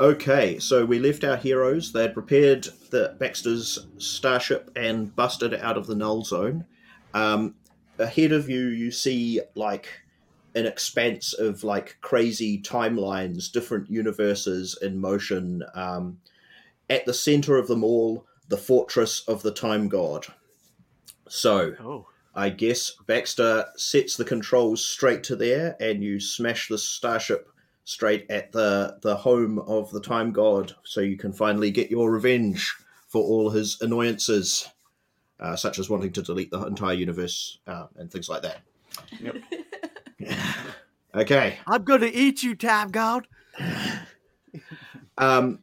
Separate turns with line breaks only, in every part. Okay, so we left our heroes. They had prepared the Baxter's starship and busted out of the null zone. Um, ahead of you, you see like an expanse of like crazy timelines, different universes in motion. Um, at the center of them all, the fortress of the Time God. So
Oh,
I guess Baxter sets the controls straight to there, and you smash the starship straight at the the home of the Time God, so you can finally get your revenge for all his annoyances, uh, such as wanting to delete the entire universe uh, and things like that.
Yep.
okay.
I'm going to eat you, Time God.
Um,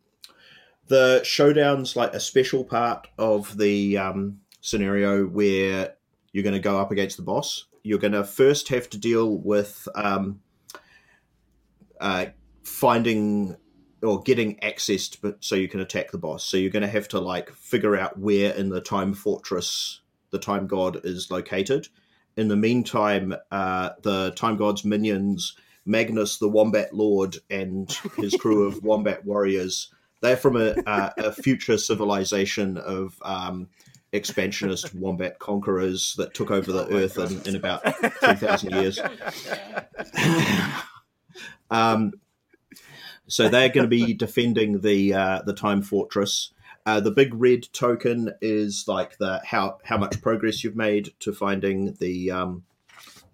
the showdown's like a special part of the um, scenario where you're going to go up against the boss. You're going to first have to deal with um, uh, finding or getting access to, but so you can attack the boss. So you're going to have to like figure out where in the time fortress the time god is located. In the meantime, uh, the time god's minions Magnus the Wombat Lord and his crew of wombat warriors. They're from a, a, a future civilization of um, expansionist wombat conquerors that took over the earth in, in about 3,000 years. um, so they're going to be defending the uh, the time fortress. Uh, the big red token is like the how how much progress you've made to finding the um,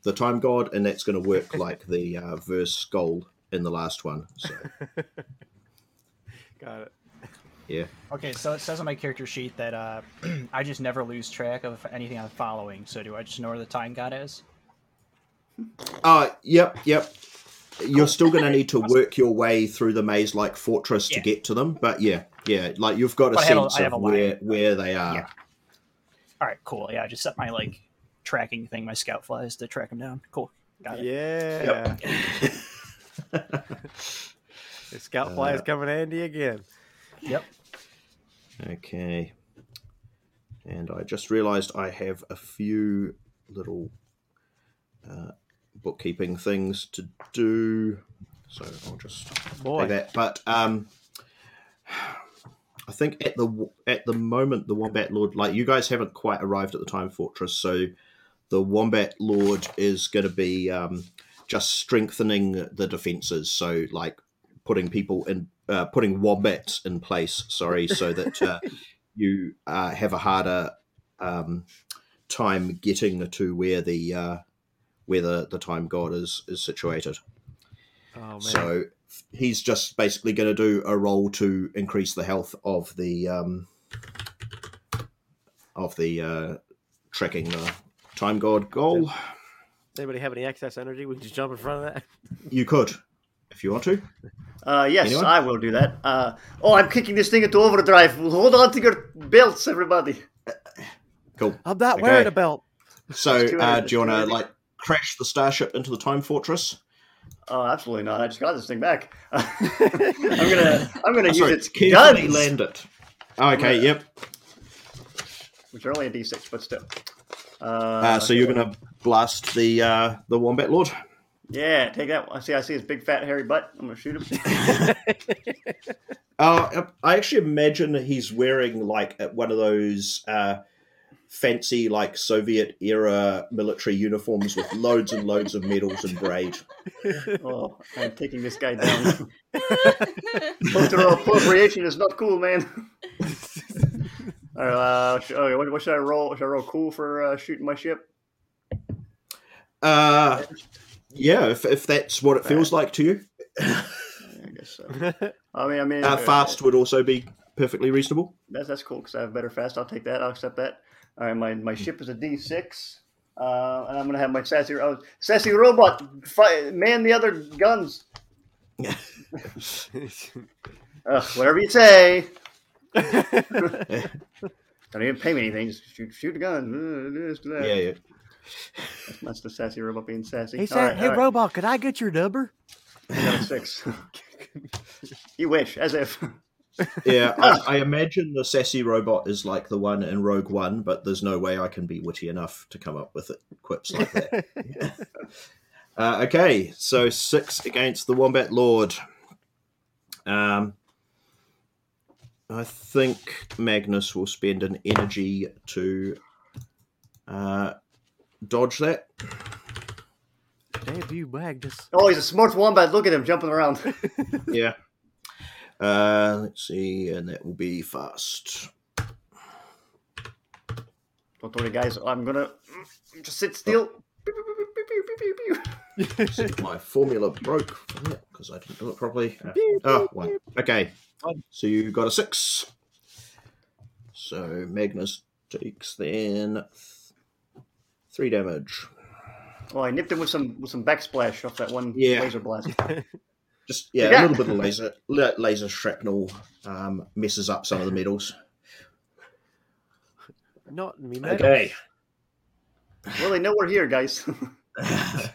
the time god, and that's going to work like the uh, verse gold in the last one. So
Got it.
Okay, so it says on my character sheet that uh, I just never lose track of anything I'm following. So do I just know where the time god is?
Uh, yep, yep. You're still going to need to work your way through the maze-like fortress to
Yeah.
get to them, but yeah, yeah, like you've got a
But I have a-
sense
I have
of
a line.
where where they are.
Yeah. All right, cool. Yeah, I just set my like tracking thing, my scout flies to track them down. Cool. Got it.
Yeah. The scout fly is coming handy again.
Yep.
Okay. And I just realized I have a few little uh, bookkeeping things to do. So I'll just do
Boy,
that. But um, I think at the at the moment the Wombat Lord, like you guys haven't quite arrived at the Time Fortress, so the Wombat Lord is going to be um, just strengthening the defenses. So like putting people in, uh, putting wombats in place. Sorry, so that uh, you uh, have a harder um, time getting to where the uh, where the, the time god is is situated.
oh man,
So he's just basically going to do a roll to increase the health of the um, of the uh, tracking the time god goal.
anybody have any excess energy? We can just jump in front of that.
You could, if you want to.
Uh, yes,
Anyone?
I will do that. Uh, oh, I'm kicking this thing into overdrive. Hold on to your belts, everybody.
Cool.
I'm not
Okay.
wearing a belt.
So
It's too
uh,
early,
do you want to
it's too early.
like crash the starship into the time fortress?
Oh, absolutely not. I just got this thing back. I'm gonna, I'm gonna
Oh,
use
sorry,
its
carefully
guns,
land it. Okay. Yep.
which are only a d6, but still. Uh,
Uh, so you're going to blast the uh, the wombat lord.
yeah, take that. one. I see, I see his big fat hairy butt. I'm gonna shoot him.
Uh, I actually imagine he's wearing like uh, one of those uh, fancy, like Soviet era military uniforms with loads and loads of medals and braid.
oh, I'm taking this guy down. Cultural appropriation is not cool, man. All right, uh, sh- okay, what, what should I roll? Should I roll cool for uh, shooting my ship?
Uh, yeah, if, if that's what it feels like to you,
I guess so. I mean, I mean,
uh,
uh,
fast would also be perfectly reasonable.
That's that's cool because I have better fast. I'll take that. I'll accept that. All right, my,
Hmm.
my ship is a D six, uh, and I'm gonna have my sassy oh, sassy robot fi- man the other guns. Ugh, whatever you say. Don't even pay me anything. Just shoot shoot the gun. Uh, do this, do that.
Yeah, yeah.
That's the sassy robot being sassy.
He
All
said,
right,
"Hey,
all right.
robot, could I get your number?"
I got a six. you wish, as if.
yeah I, I imagine the sassy robot is like the one in Rogue One, but there's no way I can be witty enough to come up with it, quips like that. uh, okay, so six against the Wombat Lord. Um, I think Magnus will spend an energy to uh, dodge that.
Damn you, Magnus.
Oh, he's a smart wombat. Look at him jumping around.
yeah. Uh, let's see, and that will be fast.
Don't worry, guys. I'm gonna just sit still. Pew, pew, pew, pew, pew, pew,
Oh.
pew, pew.
See if my formula broke because I didn't do it properly. Uh, oh, one. Okay. So you got a six. So Magnus takes then three damage.
Oh, I nipped him with some with some backsplash off that one
Yeah.
laser blast.
Just yeah,
Yeah.
a little bit of laser la- laser shrapnel um, messes up some of the metals.
Not me, Magnus.
Okay.
well, they know we're here, guys.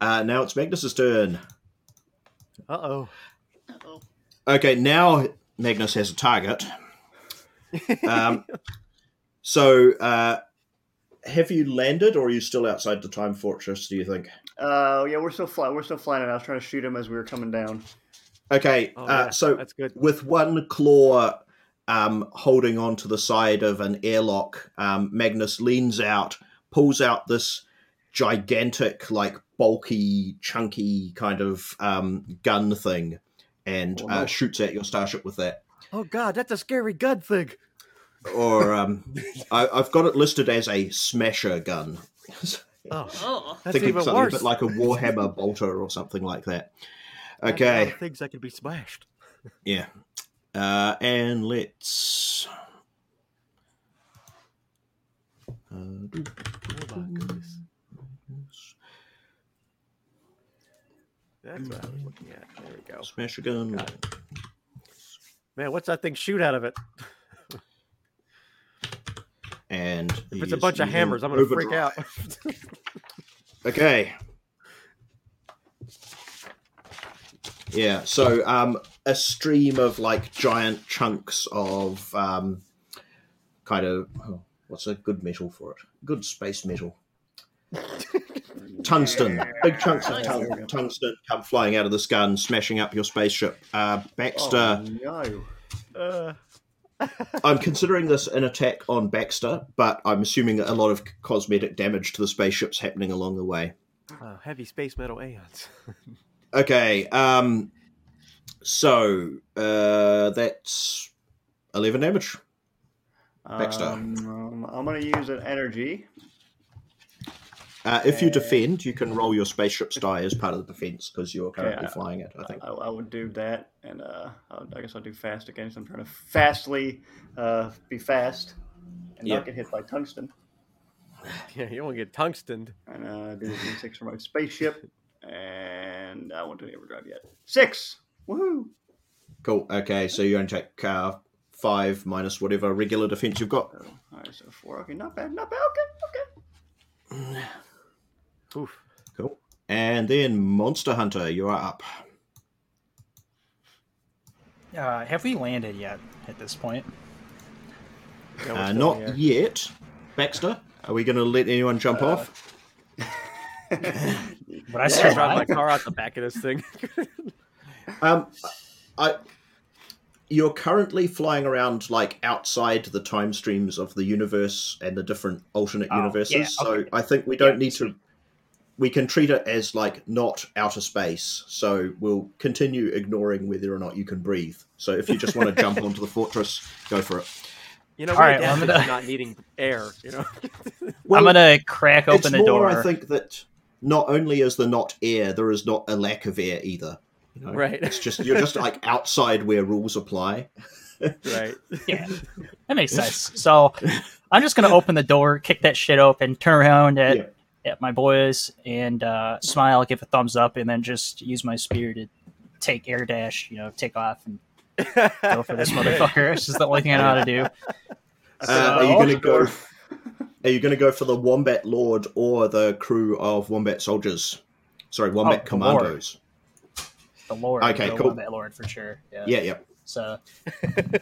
Uh, now it's Magnus's turn.
Uh oh.
Uh-oh.
Okay, now Magnus has a target. Um, so, uh, have you landed, or are you still outside the time fortress? Do you think?
Uh, yeah, we're still flying. We're still flying, and I was trying to shoot him as we were coming down.
Okay,
Oh,
uh,
yeah,
so
that's good.
with one claw um, holding on to the side of an airlock, um, Magnus leans out, pulls out this gigantic, like bulky, chunky kind of um, gun thing, and
Oh,
uh,
no.
shoots at your starship with that.
Oh god, that's a scary gun thing.
Or um, I, I've got it listed as a smasher gun.
Oh,
Oh.
that's
Think of
even
something a
worse.
bit like a warhammer bolter or something like that.
That's a lot
Okay.
of things that could be smashed.
Yeah. Uh, and let's. Uh, do-
Oh my goodness. That's what I was looking at. There we go.
smash a gun.
Man, what's that thing shoot out of it?
And
If it's a bunch of hammers, I'm gonna freak out.
Okay. Yeah, so um, a stream of like giant chunks of um, kind of oh, what's a good metal for it? Good space metal. tungsten. Big chunks of tung- tungsten come flying out of this gun, smashing up your spaceship. Uh, Baxter,
Oh, no.
uh,
I'm considering this an attack on Baxter, but I'm assuming a lot of cosmetic damage to the spaceships happening along the way.
oh, heavy space metal aeons.
Okay. Um. So uh, that's eleven damage. Baxter.
Um, um, I'm gonna use an energy.
Uh, if you
Okay.
defend, you can roll your spaceship's die as part of the defense because you're currently
uh,
I-
flying it. I think.
I, I would do that, and uh, I, would- I guess I'll do fast again. So I'm trying to fastly uh, be fast and
Yeah.
not get hit by tungsten.
yeah, you don't want to get tungstened.
And uh, do a D6 for my spaceship. And I won't do any overdrive yet. Six. Woohoo!
Cool. Okay. So you only take uh, five minus whatever regular defense you've got.
So, Oh, all right, so four. Okay, not bad, not bad. Okay, okay.
Oof.
Cool. And then Monster Hunter, you are up.
Uh, have we landed yet at this point?
Yeah, we're
Uh,
still
not
in the air. Uh,
yet, Baxter. Are we going to let anyone jump off?
But I
I
still
drive my
like,
car out the back of this thing.
Um, I. You're currently flying around like outside the time streams of the universe and the different alternate
Oh, yeah,
universes. So
okay.
I think we don't
Yeah,
need to. We can treat it as like not outer space. So we'll continue ignoring whether or not you can breathe. So if you just want to jump onto the fortress, go for it.
You know,
All
we're
right, well, I'm
adapted
gonna-
to not needing air. You know,
I'm gonna crack
it's
open the
more,
door.
I think that not only is there not air, there is not a lack of air either. You know? It's
right,
just you're just like outside where rules apply.
right.
Yeah, that makes sense. So I'm just gonna open the door, kick that shit open, turn around at
Yeah.
at my boys, and uh, smile, give a thumbs up, and then just use my spear to take air dash. You know, take off and go for this motherfucker. It's just the only thing I know how to do.
Uh, are you going to go? Are you going to go for the wombat lord or the crew of wombat soldiers? Sorry, wombat
Oh, the Lord.
commandos.
The Lord,
Okay,
go
cool.
on That Lord for sure. Yeah.
Yeah, yeah.
So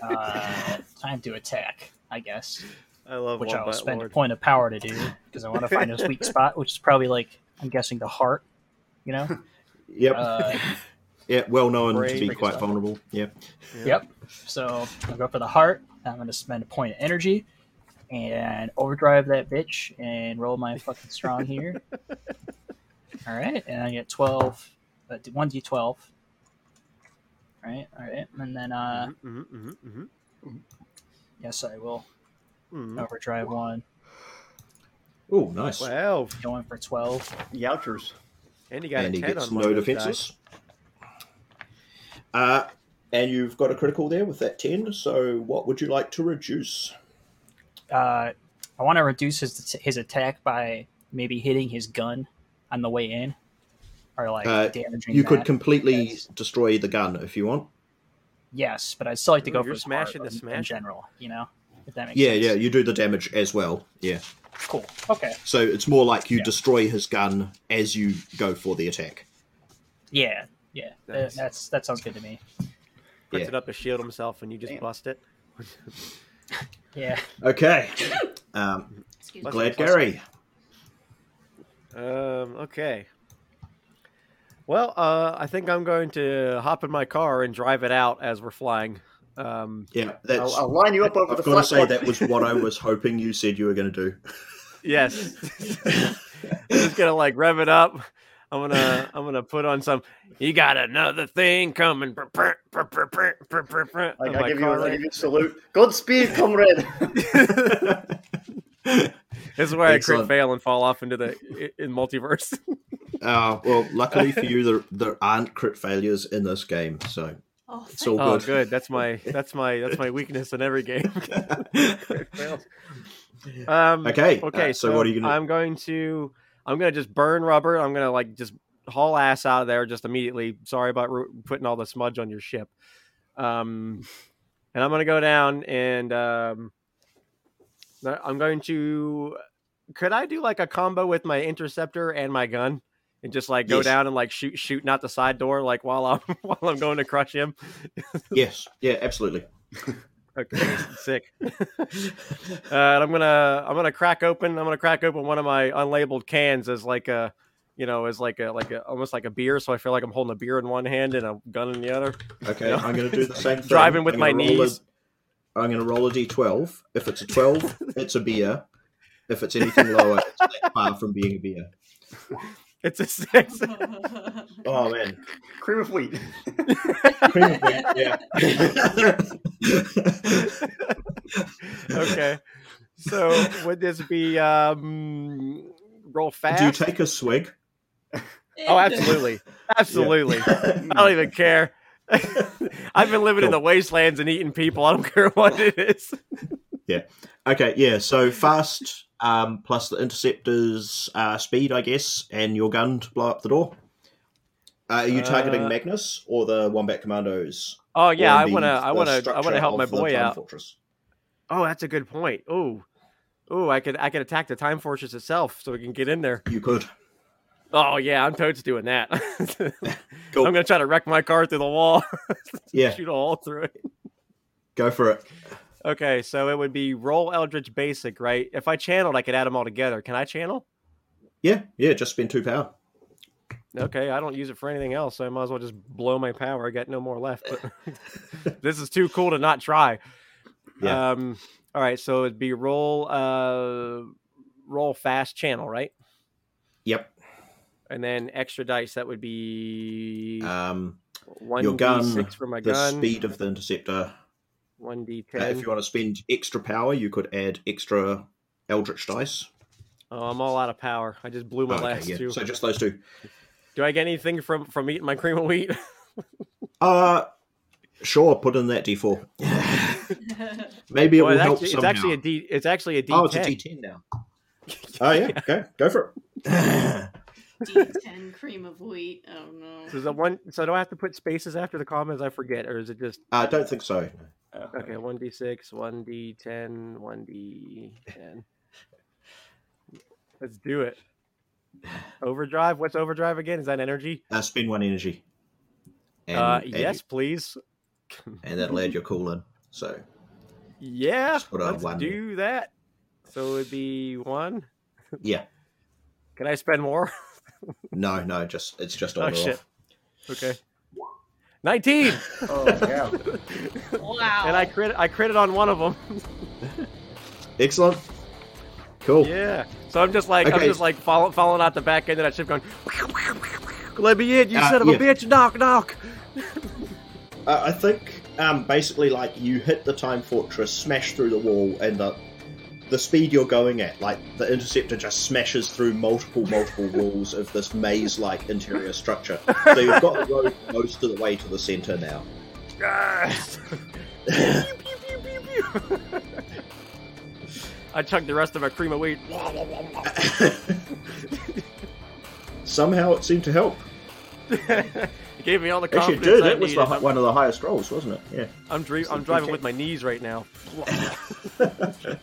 uh, time to attack, I guess.
I love
which
one
I'll
butt
spend
lord.
a point of power to do because I want to find his weak spot, which is probably like I'm guessing the heart. You know,
Yep.
uh,
Yeah, well known
Brave.
to be
Freak
quite
stuff.
vulnerable. Yeah.
Yep. So I'll go for the heart. I'm going to spend a point of energy and overdrive that bitch and roll my fucking strong here. All right. And I get 12, uh, 1d12. All right. All right. And then, uh,
Mhm, mhm, mhm,
yes, I will
mhm.
overdrive one.
Oh, nice.
Well,
Going for 12.
Youchers.
and you got
And
a
he
10
gets
on one
no
of those
defenses. Uh, and you've got a critical there with that 10. So what would you like to reduce?
Uh, I want to reduce his, his attack by maybe hitting his gun on the way in or like
Uh,
damaging
You could
that.
completely
Yes.
destroy the gun if you want.
Yes, but I'd still like to
Ooh,
go
you're
for his heart
smashing the
in- in
smash.
general, you know? If that makes
Yeah,
sense.
yeah, you do the damage as well. Yeah.
Cool. Okay.
So it's more like you
Yeah.
destroy his gun as you go for the attack.
Yeah. Yeah. Uh,
Nice.
That's that sounds good to me.
puts
Yeah.
it up to shield himself, and you just
Damn.
bust it.
Yeah.
Okay. Um,
Excuse me.
Glad Gary.
Um, okay. Well, uh, I think I'm going to hop in my car and drive it out as we're flying. Um,
Yeah,
I'll,
that's.
I'll line you up over the
I've got to
flat
say
one.
that was what I was hoping you said you were going to do.
yes, I'm just gonna like rev it up. I'm gonna I'm gonna put on some. You got another thing coming. brr, brr, brr, brr, brr, brr, brr, brr,"
Like,
of
I
Oh my
give you,
car
I give
radio.
you a salute. Godspeed, comrade.
This is where I crit
Excellent.
fail and fall off into the in multiverse.
Uh, well, luckily for you, there, there aren't crit failures in this game, so
Oh,
it's all
Oh,
good.
good. That's my that's my that's my weakness in every game. Um,
okay.
Okay.
uh, so, what are you going to?
I'm going to I'm going to just burn rubber. I'm going to like just haul ass out of there just immediately. Sorry about ru- putting all the smudge on your ship. Um, and I'm going to go down and um, I'm going to. Could I do like a combo with my interceptor and my gun? And just like go
Yes.
down and like shoot, shooting out the side door, like while I'm while I'm going to crush him.
Yes. Yeah. Absolutely.
Okay, sick. uh, and I'm gonna I'm gonna crack open I'm gonna crack open one of my unlabeled cans as like a you know as like a like a almost like a beer. So I feel like I'm holding a beer in one hand and a gun in the other.
Okay.
No.
I'm going to do the same thing.
Driving with
I'm gonna
my
roll a-
knees.
I'm going to roll a d12. If it's a 12, it's a beer. If it's anything lower, it's that far from being a beer.
It's a six.
Oh man.
Cream of wheat.
Cream of wheat, Yeah.
okay, so would this be um roll fast?
Do you take a swig?
oh, absolutely, absolutely. I don't even care. I've been living in
Cool.
the wastelands and eating people. I don't care what it is.
Okay, yeah. So fast, um, plus the interceptor's uh, speed, I guess, and your gun to blow up the door. Uh, are you targeting
Uh,
Magnus or the Wombat Commandos?
Oh yeah,
or
I
the-
wanna, I
the
wanna, I
structure
wanna help my
of the
boy
Time
out.
Fortress?
Oh, that's a good point. Oh, oh, I could I could attack the time fortress itself so we can get in there.
You could.
Oh yeah, I'm toads doing that.
Cool.
I'm gonna try to wreck my car through the wall,
Yeah,
shoot a hole through it.
go for it.
Okay, so it would be roll Eldritch Basic, right? If I channeled, I could add them all together. Can I channel?
Yeah, yeah. Just spend two power.
Okay, I don't use it for anything else, so I might as well just blow my power. I got no more left. But this is too cool to not try.
Yeah.
Um, all right, so it'd be roll uh, roll fast channel, right?
Yep.
and then extra dice that would be
Um,
one
your
d
gun,
six for my
the
gun,
speed of the interceptor.
one d
Uh, if
ten.
you want to spend extra power, you could add extra Eldritch dice.
Oh, I'm all out of power. I just blew my
Oh, okay,
last
yeah.
two.
So just those two.
Do I get anything from from eating my cream of wheat?
Uh, sure. Put in that d4. Maybe it
Well,
will
it's,
help
actually, it's
somehow.
actually a d. It's actually a d.
Oh, it's a D10 now. Oh yeah, okay, go for it.
D10 cream of wheat. Oh
So
no.
is it one? So do I have to put spaces after the commas? I forget, or is it just
I Uh, don't think so.
okay? One d six, one d ten, one d ten. Let's do it. Overdrive. What's overdrive again? Is that energy?
Uh, spend one energy. And,
uh,
and-
yes, please.
and that'll add your cool in. So
Yeah,
Just put a
let's
one.
do that. So it'd be one.
yeah,
Can I spend more?
no, no, just it's just on
Oh,
and
shit.
off.
Okay. 19,
Oh yeah.
Wow.
and I crit. I critted on one of them.
Excellent. Cool.
Yeah. So I'm just like I'm
Oh. Okay.
just like follow, following out the back end of that ship, going. Let me in, you
Uh,
son of
yeah.
a bitch! Knock, knock.
Uh, I think um, basically, like you hit the time fortress, smash through the wall, and the the speed you're going at, like the interceptor just smashes through multiple multiple walls of this maze-like interior structure. So you've got the road most of the way to the center now.
Yes. Pew, pew, pew, pew. I chugged the rest of my cream of wheat. Wah, wah, wah, wah.
Somehow it seemed to help.
it gave me all the
Actually,
confidence
it did.
I
It was the,
needed.
hi- one of the highest rolls, wasn't it? Yeah.
I'm, dri- I'm driving with my knees right now.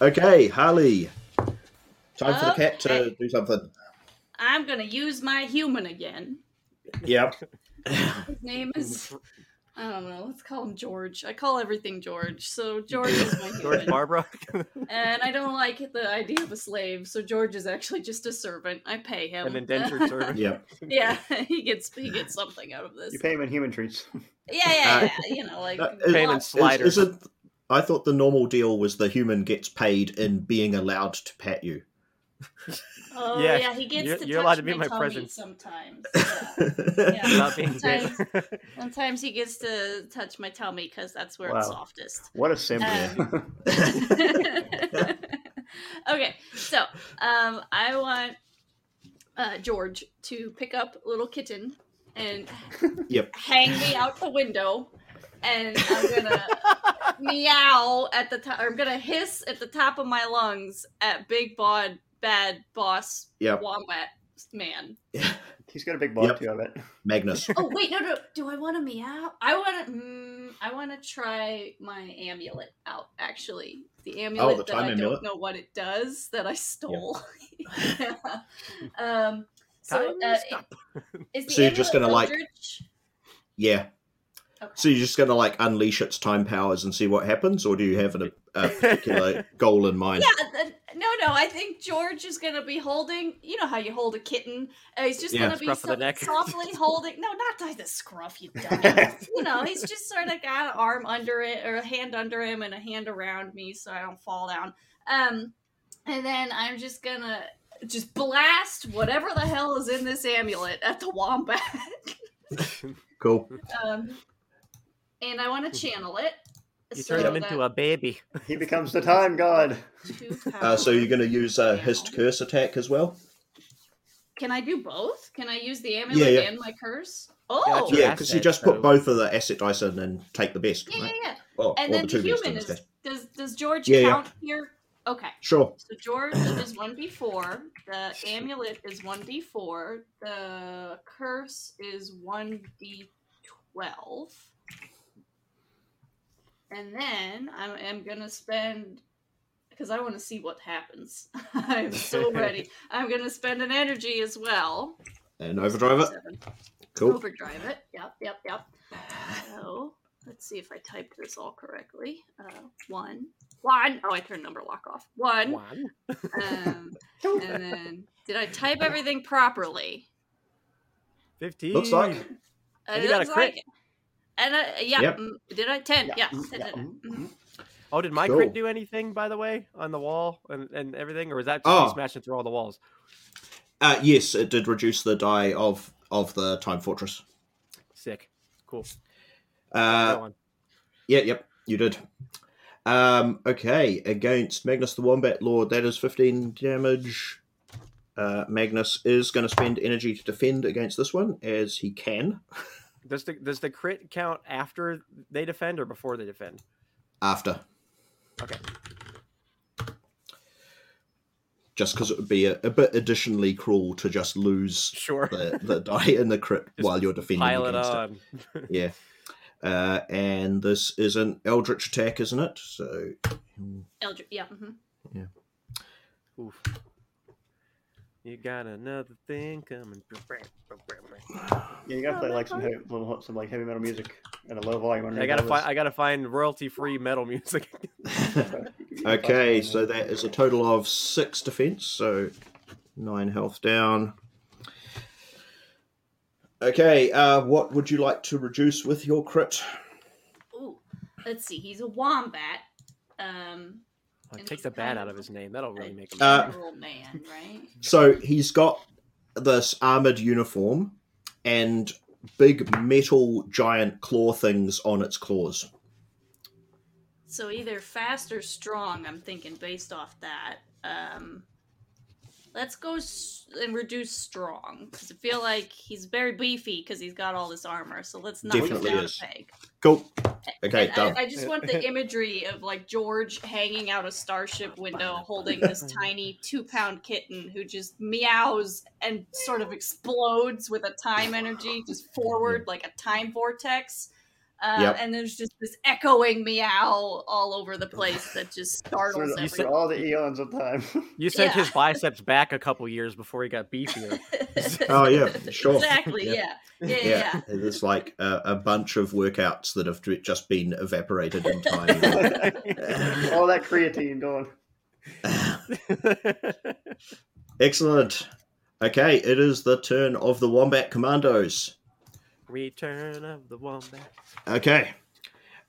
Okay, Harley. Time for the cat to
Okay.
do something.
I'm gonna use my human again.
Yep.
His name is I don't know. Let's call him George. I call everything George. So George is my
George
human,
Barbara.
and I don't like the idea of a slave. So George is actually just a servant. I pay him
An indentured servant.
Yep.
yeah, he gets he gets something out of this.
You pay him in human treats.
Yeah, yeah,
Uh,
yeah. You know, like
Uh,
Paying in
lots-
sliders.
Is, is it, I thought the normal deal was the human gets paid in being allowed to pat you.
Oh
Yeah,
yeah, he gets
you're-
to
you're
touch
allowed to be in
my
my
tummy
presence.
sometimes. Yeah. Yeah.
Not being dead.
Sometimes he gets to touch my tummy because that's where it's
Wow.
softest.
What a simp.
Um, okay, so um, I want uh, George to pick up little kitten and
Yep.
hang me out the window, and I'm gonna meow at the top. I'm gonna hiss at the top of my lungs at Big Bod Bad Boss
Yep.
Wombat Man.
He's got a big body
Yep.
too, I bet.
Magnus.
Oh wait, no, no. Do I want to meow? I want to. Mm, I want to try my amulet out. Actually, the amulet that
time
I
Oh, amulet?
don't know what it does that I stole. um. So
Time
uh,
is up.
is the
So you're just
amulet
gonna, like-
eldritch?
Yeah.
Okay.
So you're just going to like unleash its time powers and see what happens, or do you have an, a particular goal in mind?
Yeah, th- no, no. I think George is gonna be holding. You know how you hold a kitten. Uh, he's just
Yeah,
gonna be
scruff of the
so-
neck.
softly holding. No, not by the scruff, you dumbass. you know, he's just sort of got an arm under it or a hand under him and a hand around me so I don't fall down. Um, and then I'm just gonna just blast whatever the hell is in this amulet at the wombat.
Cool.
um, and I want to channel it.
Hmm. You
so
turned him
that-
into a baby.
He becomes the time god.
to
Uh, so you're
power.
going to use a hissed
Channel.
curse attack as well?
Can I do both? Can I use the amulet
yeah.
and my curse? Oh,
Yeah,
yeah,
because you
asset,
just put
so-
both of the asset dice in and take the best,
yeah, yeah.
right? Oh, Or,
And
or
then
the two
the
best in
human
this
is
case.
does does George
Yeah, yeah.
count here? Okay,
Sure.
so George is one d four. The amulet is one d four. The curse is one d twelve. And then I'm, I'm gonna spend because I want to see what happens. I'm so ready. I'm gonna spend an energy as well.
And overdrive it.
Seven.
Cool.
Overdrive it. Yep, yep, yep. So let's see if I typed this all correctly. Uh, one, one. Oh, I turned number lock off. One.
One.
Um, and then did I type everything properly?
15.
Looks like.
Uh,
And you got a
looks
crit.
like it. And uh, yeah,
Yep.
mm, did I ten? Yeah,
Mm,
ten,
yeah,
ten,
mm,
ten. Mhm.
mm.
Oh, did my
Cool.
crit do anything, by the way, on the wall and, and everything? Or was that just
Oh.
me smashing through all the walls?
Uh, yes, it did reduce the die of of the time fortress.
Sick. Cool.
Uh,
Go on.
yeah, yep, you did. Um, okay, against Magnus the Wombat Lord, that is 15 damage. Uh, Magnus is going to spend energy to defend against this one as he can
Does the, does the crit count after they defend or before they defend?
after.
Okay.
Just because it would be a, a bit additionally cruel to just lose
Sure.
the, the die in the crit
Just
while you're defending
Pile it
against it.
on.
Yeah. Uh, and this is an Eldritch attack, isn't it? So
Eldritch. Yeah. mhm.
Oof. You got another thing coming.
Yeah, you gotta play like some heavy, little- some like heavy metal music at a low volume.
I
underneath
gotta
all
find. I gotta find royalty-free metal music. Oh,
this.
okay, so that is a total of six defense, so nine health down. Okay, uh, what would you like to reduce with your crit?
Ooh, let's see. He's a wombat. Um,
Like, take the bat out of his name. That'll really make him.
a
Uh,
general man, right?
So he's got this armored uniform and big metal giant claw things on its claws.
So either fast or strong. I'm thinking based off that. Um, let's go s- and reduce strong because I feel like he's very beefy because he's got all this armor. So let's knock
Definitely
him down
is.
a peg.
Cool. Okay,
And
done.
I, I just want the imagery of like George hanging out a starship window holding this tiny two pound kitten who just meows and sort of explodes with a time energy just forward like a time vortex. Uh,
Yep.
And there's just this echoing meow all over the place that just
Through
startles
the-
everyone.
through all the eons of time.
You sent
Yeah.
his biceps back a couple years before he got beefier.
Oh, yeah, sure.
Exactly. Yeah. Yeah. Yeah. yeah.
there's like a, a bunch of workouts that have just been evaporated in time.
all that creatine going.
Excellent. Okay, it is the turn of the Wombat Commandos.
Return of the wombat.
Okay.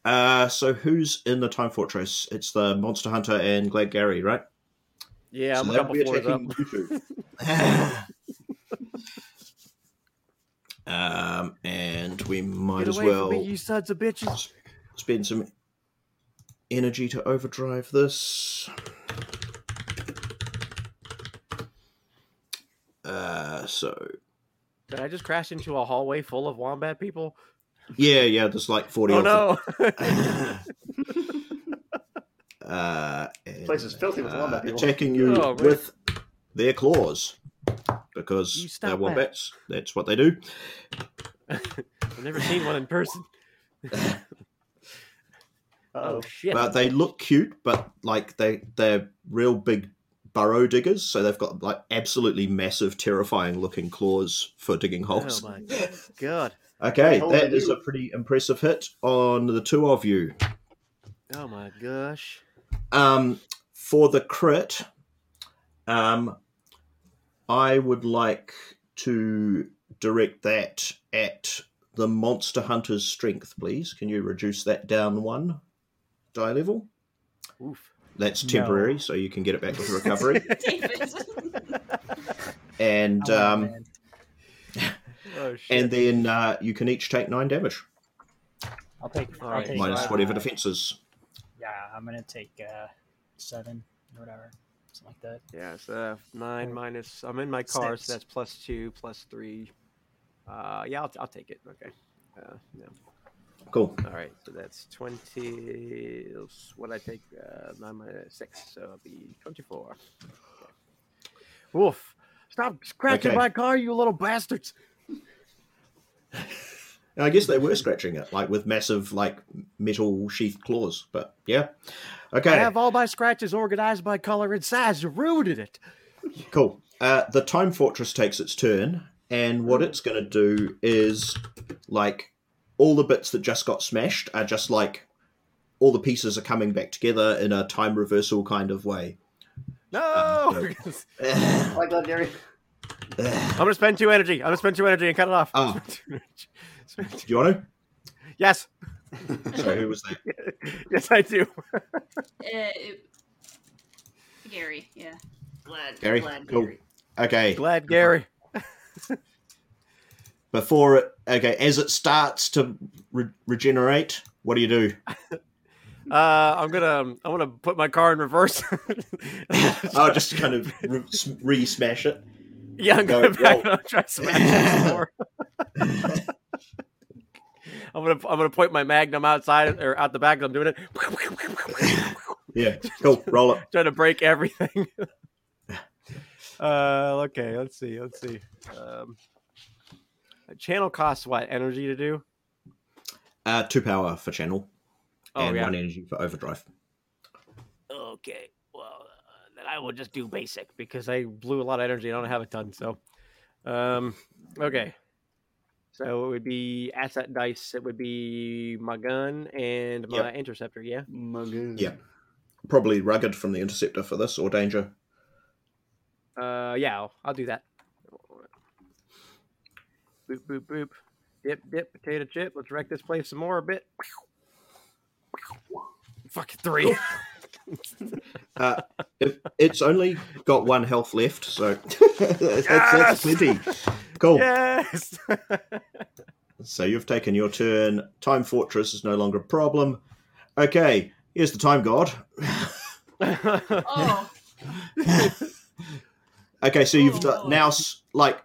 Uh, so who's in the Time Fortress? It's the Monster Hunter and Glad Gary, right?
Yeah, I'm
So
a
they'll
couple
be
floors up.
attacking you two. um, and we might
Get
as
away
well
from me, you sons of bitches.
spend some energy to overdrive this. Uh, so
Did I just crash into a hallway full of wombat people?
yeah, yeah, there's like forty.
Oh
of them.
no!
uh,
Place is
and,
filthy with wombat people.
attacking uh, you
Oh, right.
with their claws
You
because
stop
they're
that.
wombats. That's what they do.
I've never seen one in person.
Uh-oh.
Oh shit!
But they look cute, but like they they're real big burrow diggers, so they've got like absolutely massive, terrifying looking claws for digging
oh
holes.
my god!
okay,
How
that
old are
is
you?
a pretty impressive hit on the two of you.
Oh my gosh!
Um, for the crit, um, I would like to direct that at the monster hunter's strength, please. Can you reduce that down one die level?
Oof!
That's
No.
temporary, so you can get it back to recovery.
David. Uh,
and
Oh,
um,
man.
Oh shit!
and then uh, you can each take nine damage
I'll take, I'll
Alright,
take,
minus
uh,
whatever defense is.
Yeah, I'm gonna take uh, seven or whatever, something like that.
yeah, so uh, nine minus. I'm in my car, so that's plus two, plus three. Uh, yeah, I'll, I'll take it. Okay. Uh, yeah.
Cool.
All right, so that's 20. What I take? Uh, 9 minus 6, so it'll be 24. Okay. Oof. Stop scratching
Okay.
my car, you little bastards.
And I guess they were scratching it, like with massive, like metal sheathed claws. But yeah, okay.
I have all my scratches organized by color and size. You ruined it.
Cool. Uh, the Time Fortress takes its turn, and
Hmm.
what it's going to do is like all the bits that just got smashed are just like all the pieces are coming back together in a time reversal kind of way.
No! Oh.
Ugh,
Like that, Gary.
Uh, I'm
ugh.
going to spend two energy. I'm going to spend two energy and cut it off.
Oh.
Spend two-
do you want
yes.
to? So who was that?
Yes, I do.
Uh, Gary. Yeah. Glad.
Gary?
Glad
Cool.
Gary.
Okay.
Glad Gary.
Before it, okay, as it starts to re- regenerate, what do you do?
Uh, I'm gonna I'm gonna put my car in reverse. Oh,
I'll just kind of re smash it.
Yeah, I'm
Go-
going back
roll.
and I'll try to smash this door. I'm gonna I'm gonna point my magnum outside or out the back. as I'm doing it,
Yeah, cool. Roll it.
trying to break everything. uh, okay, let's see, let's see. Um, a channel costs what energy to do?
Uh, two power for channel
Oh
and
yeah.
one energy for overdrive.
Okay, well uh, then I will just do basic because I blew a lot of energy. and I don't have a ton, so um, okay. So it would be asset dice. It would be my gun and my interceptor. Yeah.
Magoon.
Yeah. probably rugged from the interceptor for this or danger.
Uh, yeah, I'll, I'll do that. Boop, boop, boop. Dip, dip, potato chip. Let's wreck this place some more a bit. Fucking three.
If it's only got one health left, so that's, that's
Yes!
plenty. Cool.
yes.
So you've taken your turn. Time Fortress is no longer a problem. Okay, here's the Time God.
Oh,
Okay, so you've
Oh.
done, now s- like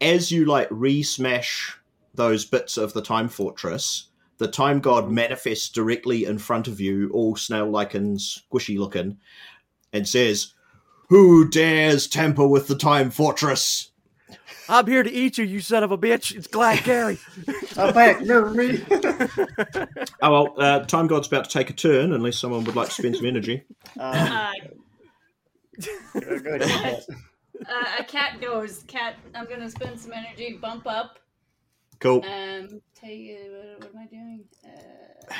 as you like re-smash those bits of the Time Fortress, the Time God manifests directly in front of you, all snail-like and squishy looking, and says, "Who dares tamper with the Time Fortress?"
I'm here to eat you, you son of a bitch. It's Glad Gary.
I'm back. No, me.
Oh well, uh, Time God's about to take a turn, unless someone would like to spend some energy.
Um,
uh,
go- go ahead.
uh, a cat goes. Cat, I'm gonna spend some energy. Bump up.
Cool.
Um, tell you what, what am I doing? Uh,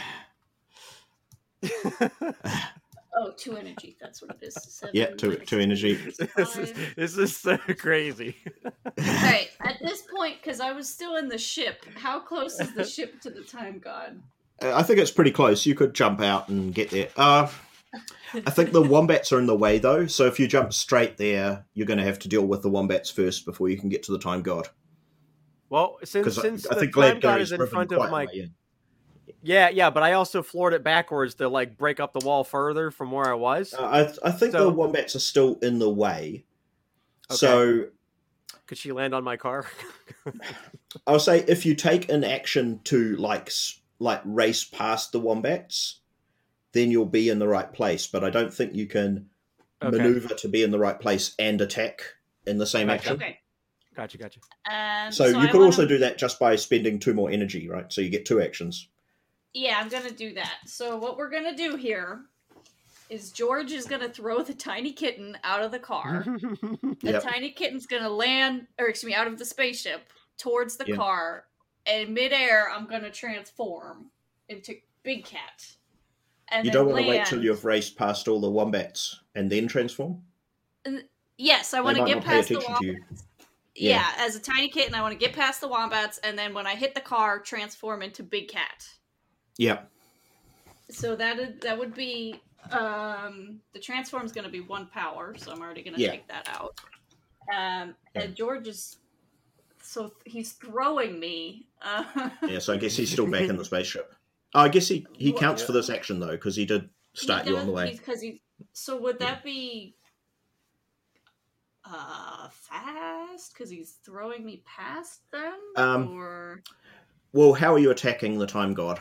oh, two energy. That's what it is. Seven,
Yeah, two
six,
two energy.
this, is, this is so crazy.
All right. At this point, because I was still in the ship, how close is the ship to the time god?
Uh, I think it's pretty close. You could jump out and get there. Uh, I think the wombats are in the way though, so if you jump straight there, you're going to have to deal with the wombats first before you can get to the time god.
Well, since
Because I,
since
I
the
think
time
Glad
god
Gary's
is in
driven
front
quite
of my
way in.
yeah yeah, but I also floored it backwards to like break up the wall further from where I was.
Uh, I th- I think
So-
the wombats are still in the way. So
Could she land on my car?
I'll say if you take an action to like s- like race past the wombats, then you'll be in the right place. But I don't think you can
Okay.
maneuver to be in the right place and attack in the same
Gotcha.
action.
Gotcha, gotcha.
Um,
So, you
I
could
wanna-
also do that just by spending two more energy, right? So you get two actions.
Yeah, I'm gonna do that. So what we're gonna do here is George is gonna throw the tiny kitten out of the
Mm-hmm.
car. The
Yep.
tiny kitten's gonna land, or excuse me, out of the spaceship towards the
Yeah.
car, and midair, I'm gonna transform into Big Cat. And
you
then
don't want to wait
land-
till you've raced past all the wombats and then transform.
Yes, I
They
want to
might
get
not pay
past the
attention to you.
wombats.
Yeah.
Yeah. as a tiny kitten, I want to get past the wombats, and then when I hit the car, transform into Big Cat.
Yeah.
So that is, that would be um the transform's going to be one power, so I'm already going to
Yeah.
take that out. Um,
Okay.
and George is so he's throwing me. Uh,
Yeah. So I guess he's still back in the spaceship. Oh, I guess he, he
Well,
counts
yeah.
for this action though because he did start you on the way.
because he. So would that be uh fast? Because he's throwing me past them,
Um,
or
Well, how are you attacking the time god?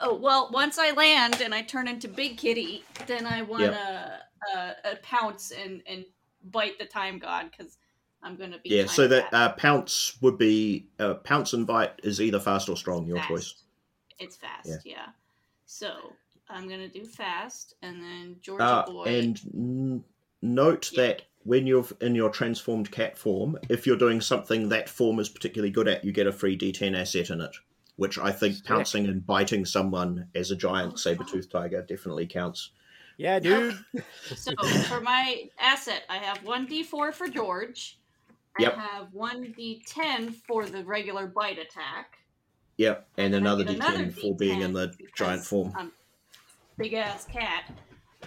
Oh well, once I land and I turn into Big Kitty, then I want to uh, uh, pounce and and bite the Time God because I'm gonna be
Yeah.
time
So that
fast.
uh, pounce would be uh, pounce and bite is either fast or strong, your
Fast.
choice.
It's fast,
Yeah.
yeah. So I'm gonna do fast, and then Georgia
Uh,
boy.
and n- note
Yeah.
that when you're in your transformed cat form, if you're doing something that form is particularly good at, you get a free D10 asset in it, which I think
Sick.
pouncing and biting someone as a
Oh,
giant saber toothed tiger definitely counts.
yeah, dude.
So for my asset, I have one D4 for George.
Yep.
I have one D10 for the regular bite attack.
Yep, and
then I
another
get
D10
another
for being in the
D10 because uh,
giant form.
I'm big ass cat.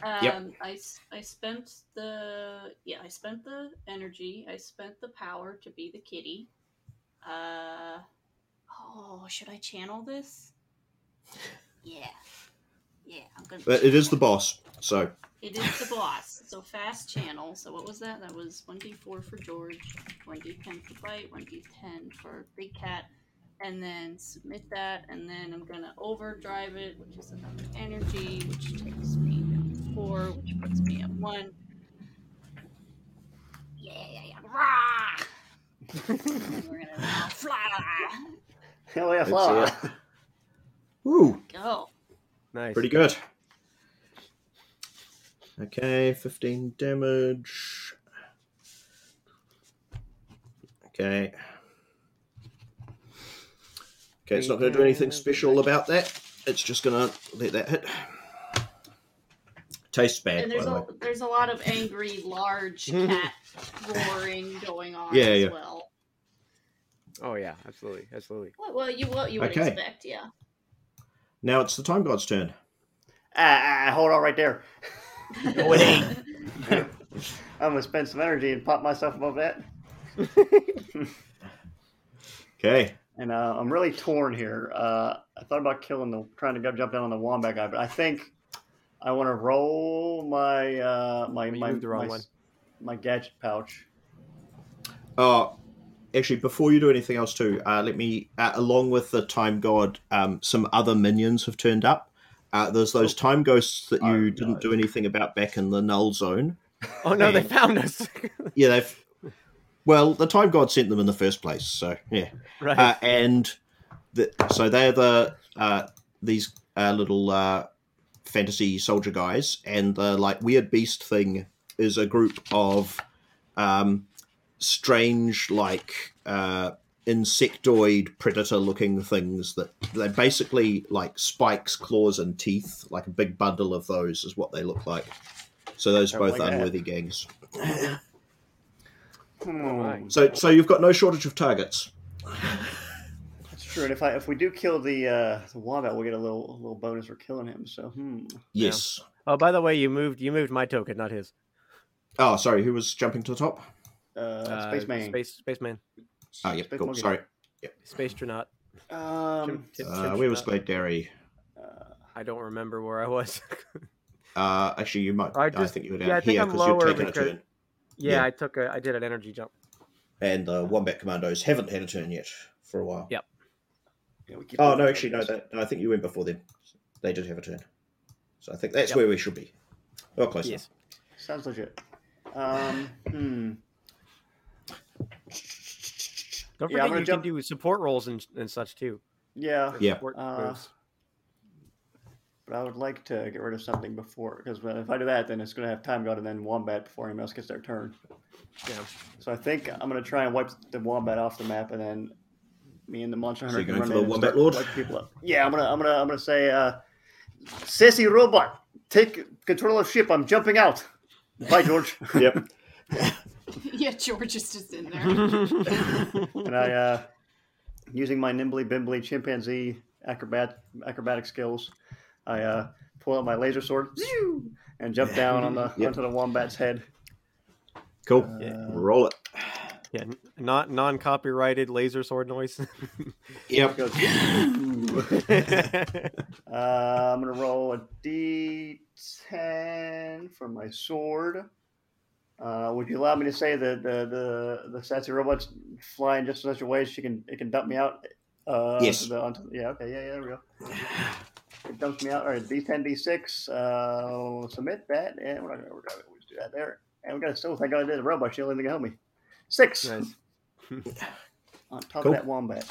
Um,
Yep.
I, s- I spent the yeah I spent the energy. I spent the power to be the kitty. Uh, oh, should I channel this? Yeah, yeah. I'm gonna.
But it is the boss, so
It is the boss. So fast channel. So what was that? That was one d four for George, one d ten for Bite, one d ten for Big Cat, and then submit that. And then I'm gonna overdrive it, which is another energy, which takes me down to four, which puts me at one. Yeah, yeah, yeah. Rah! And We're gonna now fly.
Hell yeah,
That's
fly.
ooh,
Go.
nice.
pretty good. Okay, 15 damage. Okay. Okay, it's not going to do anything special about that. It's just going to let that hit. Tastes bad,
And
by
there's
the way.
a there's a lot of angry large cat roaring going on
Yeah,
as
yeah.
well.
Oh yeah, absolutely, absolutely.
What, well, you what you would
Okay.
expect, yeah.
Now it's the time god's turn.
Ah, ah, hold on right there.
No, it ain't.
I'm gonna spend some energy and pop myself above that.
Okay.
And uh, I'm really torn here. Uh, I thought about killing the trying to go- jump down on the wombat guy, but I think I want to roll my uh, my
Oh, you
my
moved the wrong
my,
one.
my gadget pouch.
Oh, actually, before you do anything else, too, uh, let me, uh, along with the time god, um, some other minions have turned up. Uh, there's those time ghosts that you
Oh,
didn't
no.
do anything about back in the null zone.
Oh no, they found us.
Yeah, they've. Well, the time god sent them in the first place, so yeah,
right.
uh, and the, so they're the uh, these uh, little uh, fantasy soldier guys, and the like weird beast thing is a group of um, strange like uh, insectoid predator looking things that they're basically like spikes, claws, and teeth. Like a big bundle of those is what they look like. So those are
Don't
both
like that.
unworthy gangs.
Hmm.
So so you've got no shortage of targets.
That's true. And if I if we do kill the uh, the wombat, we'll get a little a little bonus for killing him. So hmm.
Yeah.
Yes.
oh, by the way, you moved you moved my token, not his.
Oh, sorry. Who was jumping to the top?
Uh, spaceman.
Space spaceman.
Oh, yeah.
Space
Cool.
monkey.
Sorry.
Space astronaut.
Um,
Tim- Tim-
Uh,
Tim
where was
Trout.
Glade Dairy?
uh,
I don't remember where I was.
Uh, actually, you might.
I
I,
just-
think you would
yeah, I
have
think
here
I'm
because you've
lower
taken a
because-
turn,
yeah,
Yeah.
I took a I did an energy jump.
and the Wombat Commandos haven't had a turn yet for a while.
Yeah.
yeah, we keep
Oh
doing
no,
that.
actually no. That, no, I think you went before them. They did have a turn, so I think that's
Yep.
where we should be. Well, close.
Yes.
Sounds legit. Um, hmm.
Don't
Yeah, I'm
forget
gonna
you
jump-
can do support roles and, and such too.
Yeah.
Yeah.
Support
Uh,
moves.
But I would like to get rid of something before, because if I do that, then it's going to have time god and then wombat before anyone else gets their turn.
Yeah.
So I think I'm going to try and wipe the wombat off the map, and then me and the monster hunter
you're going
can run
for the
in and
Wombat
start
Lord?
wiping people up. Yeah, I'm gonna, I'm gonna, I'm gonna say, uh, "Sissy robot, take control of ship. I'm jumping out." Bye, George.
Yep.
yeah, George is just in
Mm-hmm.
there.
and I, uh, using my nimbly bimbly chimpanzee acrobat acrobatic skills, I uh, pull out my laser sword zew, and jump down on the
Yep.
onto the wombat's head.
Cool.
Yeah.
Roll it.
yeah, n- not non copyrighted laser sword noise.
Yep.
Goes, uh, I'm gonna roll a d10 for my sword. Uh, would you allow me to say that the the the sassy robot's flying just in such a way she can it can dump me out? Uh,
Yes.
onto the- onto- yeah. Okay. Yeah. Yeah. There we go. It dumps me out. All right. D10, D6. Uh, submit that, and we're not gonna, we're gonna we'll just do that there. And we gotta still thank God I did the robot. She only thing to help me. Six
nice.
on top
Cool.
of that wombat.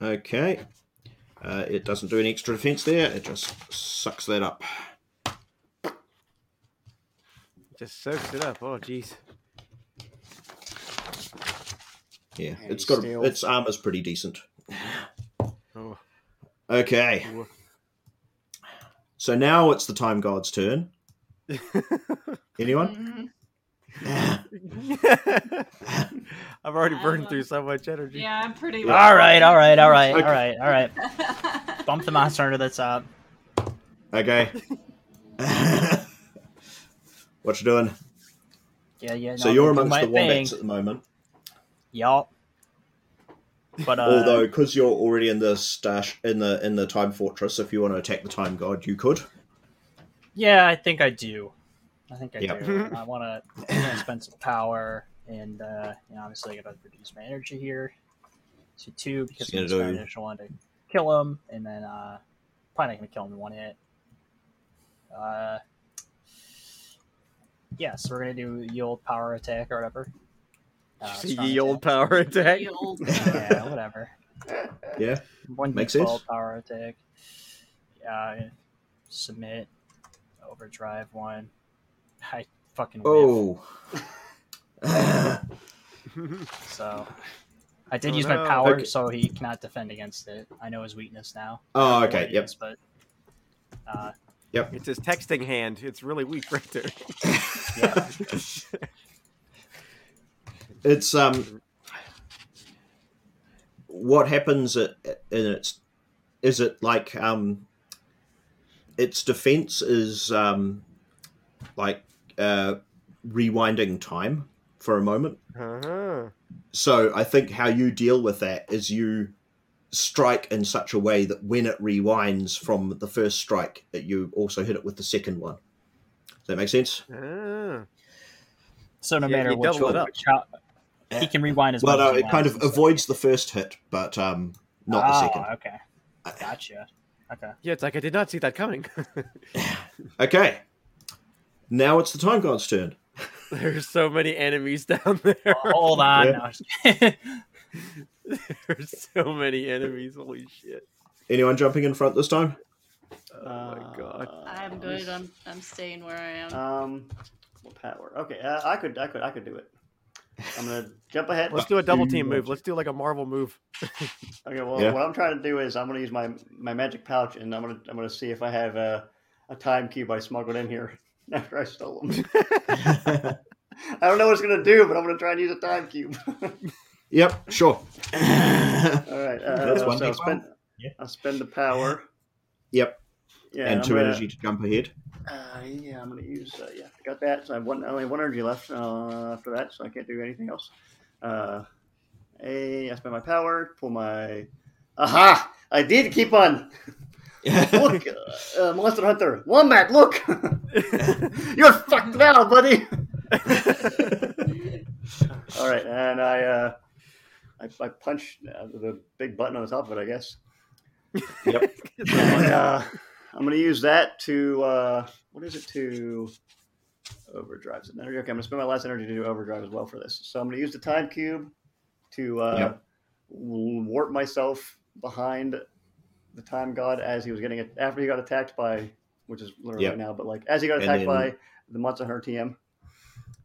Okay. Uh, it doesn't do an extra defense there. It just sucks that up.
Just soaks it up. Oh jeez.
Yeah.
And
It's got
still-
its armor's pretty decent.
Oh,
Okay.
Woof.
So now it's the time god's turn. Anyone?
Mhm.
I've already
I
burned
love-
through so much energy.
Yeah, I'm pretty.
All right, all right, all right, all
Okay.
right, all right.
right.
Bump the monster under the top.
Okay. what you doing?
Yeah, yeah. No,
so you're
I'm gonna do
amongst
my
the wombats
thing.
at the moment,
Y'all. But uh,
although because you're already in the stash in the in the time fortress, if you want to attack the time god, you could.
yeah, I think I do. I think I
Yep.
do. I want to spend some power, and uh, you know, obviously I got to reduce my energy here to two because
So you're
I'm
gonna
my
do-
initial one to kill him, and then uh, probably not gonna kill him in one hit. Uh, yeah, so we're gonna do the old power attack or whatever. Uh,
Just a
strong
ye old
attack.
power attack.
Oh, Yeah, whatever.
Yeah.
One
Makes
D12
sense.
power attack. Uh, submit. Overdrive one. I fucking whiff.
Oh.
So I did
Oh,
use
no.
my power,
Okay.
so he cannot defend against it. I know his weakness now.
oh.
What
Okay.
it
Yep.
is, but uh,
It's his texting hand. It's really weak right there.
yeah,
It's um. what happens i- in its is it like um its defense is um like uh rewinding time for a moment
Uh-huh.
so i think how you deal with that is you strike in such a way that when it rewinds from the first strike that you also hit it with the second one does that make sense
Ah.
So no
Yeah,
matter
you
what,
double it up.
which shot, he can rewind as
well no
well. as he
uh, it kind
wants
of
and stuff.
avoids the first hit but um not the
Ah,
second
Okay, gotcha. Okay,
Yeah, it's like I did not see that coming.
okay now it's the time god's turn
There's so many enemies down there.
Well, hold on.
Yeah.
No, I'm just kidding.
There's so many enemies. Holy shit.
anyone jumping in front this time
Oh
Uh,
my god.
I'm good. I'm I'm staying where I am.
Um, what power? Okay, uh, I could, I could, I could do it. I'm gonna jump ahead.
Let's do a double team move. Let's do like a Marvel move.
Okay, well,
Yeah.
what I'm trying to do is I'm gonna use my my magic pouch, and I'm gonna I'm gonna see if I have a a time cube I smuggled in here after I stole them. I don't know what it's gonna do, but I'm gonna try and use a time cube.
yep sure
All right, uh,
That's one
so I'll
big
spend
Yeah.
I'll spend the power.
yep
Yeah,
and
I'm
2
gonna-
energy to jump ahead
Uh, yeah, I'm gonna use. Uh, yeah, I got that. So I have one. I only have one energy left uh, after that, so I can't do anything else. Uh, a, I spend my power. Pull my. Aha! I did keep on. Look, uh, uh, Monster Hunter, Wombat, look. You're fucked now, buddy. All right, and I, uh, I, I punch uh, the big button on the top of it, I guess.
Yep.
And, uh, I'm going to use that to uh, what is it to overdrive? Is it energy? Okay, I'm going to spend my last energy to do overdrive as well for this. So I'm going to use the time cube to uh,
Yep.
warp myself behind the time god as he was getting it after he got attacked by, which is literally
Yep.
right now, but like as he got
And
attacked
then-
by the Monster Hunter TM.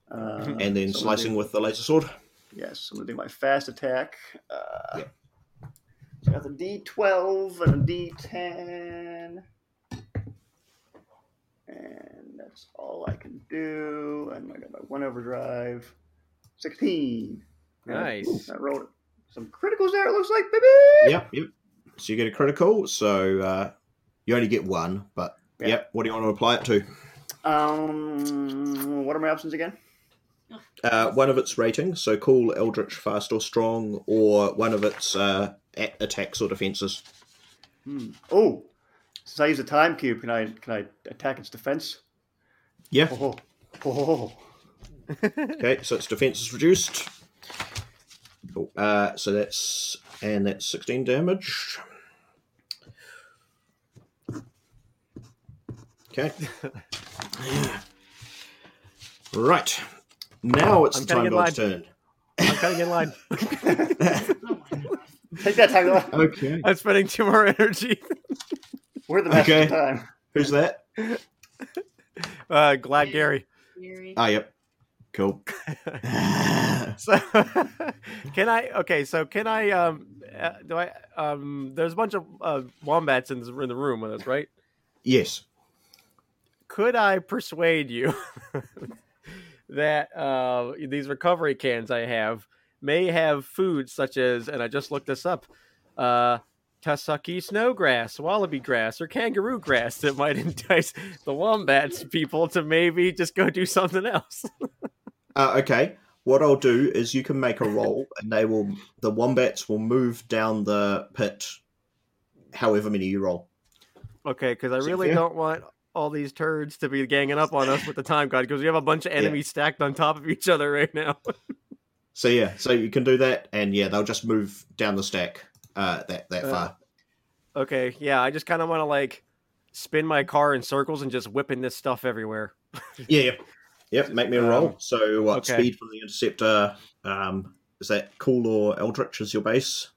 Uh,
and then
so I'm gonna
slicing
do-
with the laser sword
Yes, I'm gonna do my fast attack. Uh,
Yep.
so I got the D12 and the D10, and that's all I can do. And I got my one overdrive, 16. And I-
Nice.
I rolled some criticals there. It looks like, baby.
yep yep so you get a critical so uh you only get one but
Yeah.
yep what do you want to apply it to
Um, what are my options again?
uh, one of its ratings, so cool, eldritch, fast, or strong, or one of its uh, a- attacks or defenses.
Hmm. Oh, since I use a time cube, can I can I attack its defense?
Yeah.
Oh, oh.
Okay, so its defense is reduced. Cool. Uh, so that's and that's sixteen damage. Okay. right. Now it's
I'm
the
cutting
time
in
god's turn.
I'm cutting in line.
Oh my god.
take that time. God.
Okay.
I'm spending two more energy.
We're the best
Okay.
of time.
Who's that?
Uh, glad Gary.
Fury.
Ah, yep. Cool.
So can I? Okay, so can I? Um, uh, do I? Um, there's a bunch of uh, wombats in, this, in the room with us, right?
yes.
could I persuade you that uh, these recovery cans I have may have food such as, and I just looked this up, uh, Tasaki snowgrass, wallaby grass, or kangaroo grass that might entice the wombats people to maybe just go do something else.
Uh, okay. What I'll do is you can make a roll, and they will the wombats will move down the pit, however many you roll.
Okay, because I
Sounds
really
fair.
don't want all these turds to be ganging up on us with the time god because we have a bunch of enemies stacked on top of each other right now.
So yeah, so you can do that, and yeah, they'll just move down the stack uh, that that
Uh,
far.
Okay, yeah, I just kind of want to like spin my car in circles and just whipping this stuff everywhere.
Yeah, yep, yep. Make me a roll.
um,
so what
okay.
speed from the interceptor? Um, is that cool or eldritch is your base?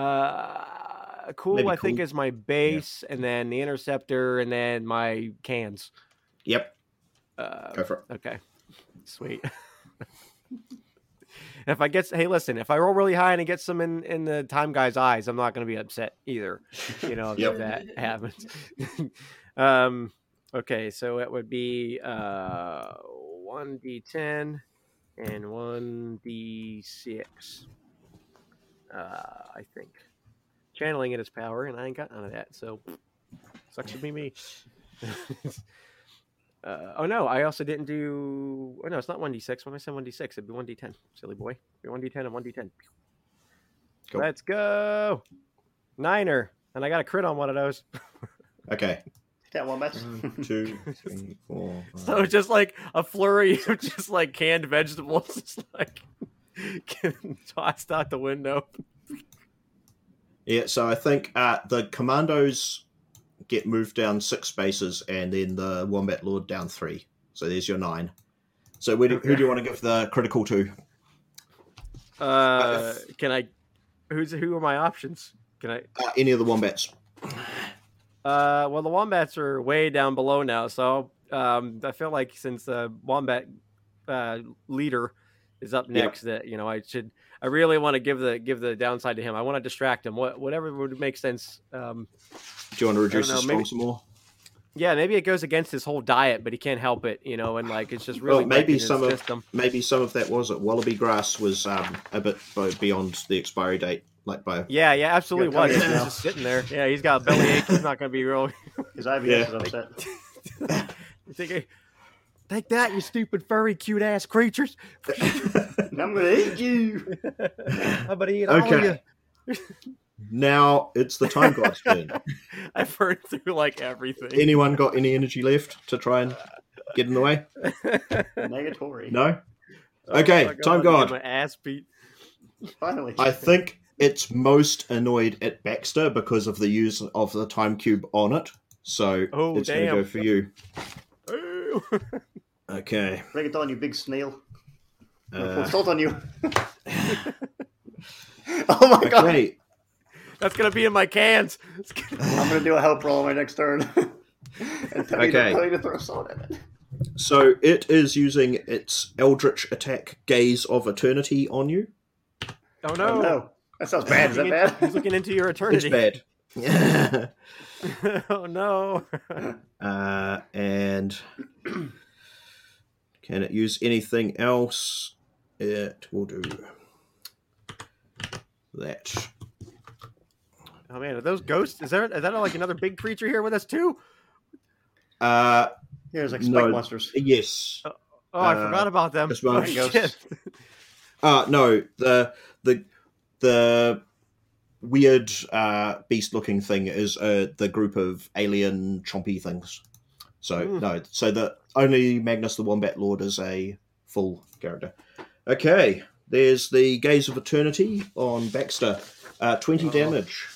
Uh, cool,
Maybe
I think,
cool.
is my base, and then the interceptor, and then my cans.
Yep,
Uh,
go for it.
okay, sweet. if I get, hey, listen, if I roll really high and I get some in in the time guy's eyes, I'm not going to be upset either. You know
Yep.
if that happens. um, okay, so it would be uh one d10 and one d6. Uh, I think channeling it is power, and I ain't got none of that. So sucks to be me. uh, oh no, I also didn't do. Oh no, it's not one d six. When I said one d six, it'd be one d ten. Silly boy, be one d ten and one d ten.
Cool.
Let's go, niner, and I got a crit on one of those.
Okay.
That one match.
One, two, three, four. Five.
So it's just like a flurry of just like canned vegetables, just like getting tossed out the window.
Yeah, so I think uh, the commandos get moved down six spaces, and then the wombat lord down three. So there's your nine. So where do, who do you want to give the critical to?
Uh, can I? Who's who are my options? Can I?
Uh, any of the wombats?
Uh, well, the wombats are way down below now, so um, I feel like since the wombat uh, leader is up
Yeah.
next, that you know I should. I really want to give the give the downside to him. I want to distract him. What whatever would make sense. Um,
Do you want to reduce
know,
the strong
maybe-
some more?
yeah, maybe it goes against his whole diet, but he can't help it, you know. And like it's just
Well,
really
maybe
wrecking his
some of-
system.
Maybe some of that was at Wallaby Grass was um, a bit bo- beyond the expiry date, like by
Yeah, yeah, absolutely
You're
was.
coming
He's
in now.
just sitting there. Yeah, he's got a bellyache. He's not going to be real.
His IBS
Yeah.
is upset.
He's thinking, Take that, you stupid, furry, cute ass creatures.
And I'm gonna eat you.
I'm going to eat all of you.
Okay. now it's the time god's turn.
I've heard through like everything.
Anyone got any energy left to try and get in the way?
Negatory.
No.
Uh,
Okay,
my
time
I'm gonna
guard.
get My ass beat.
Finally.
I think it's most annoyed at Baxter because of the use of the time cube on it. So
Oh,
it's going to go
damn.
for you.
Ooh.
Okay.
Bring it on, you big snail. I'm gonna
uh,
pour salt on you. oh my god.
okay.
That's gonna be in my cans. It's gonna-
I'm gonna do a help roll my next turn. and tell me
Okay.
to, tell you to throw salt at it.
So it is using its Eldritch attack Gaze of Eternity on you.
Oh
Oh.
no!
no. That sounds bad. Is
He's
that
looking, he's
bad?
looking into your
It's
eternity.
bad.
oh no! Oh,
uh, and can it use anything else? It will do that.
Oh man, are those ghosts? Is there is that like another big creature here with us too?
Uh,
Yeah, there's like spike
No.
monsters.
yes.
Oh, I
Uh,
forgot about them.
just one.
Oh, shit.
Uh no, the the the weird uh beast looking thing is uh the group of alien chompy things. So
Hmm.
no, so the only Magnus the Wombat Lord is a full character. Okay, there's the Gaze of Eternity on Baxter. Uh, 20
Oh.
damage.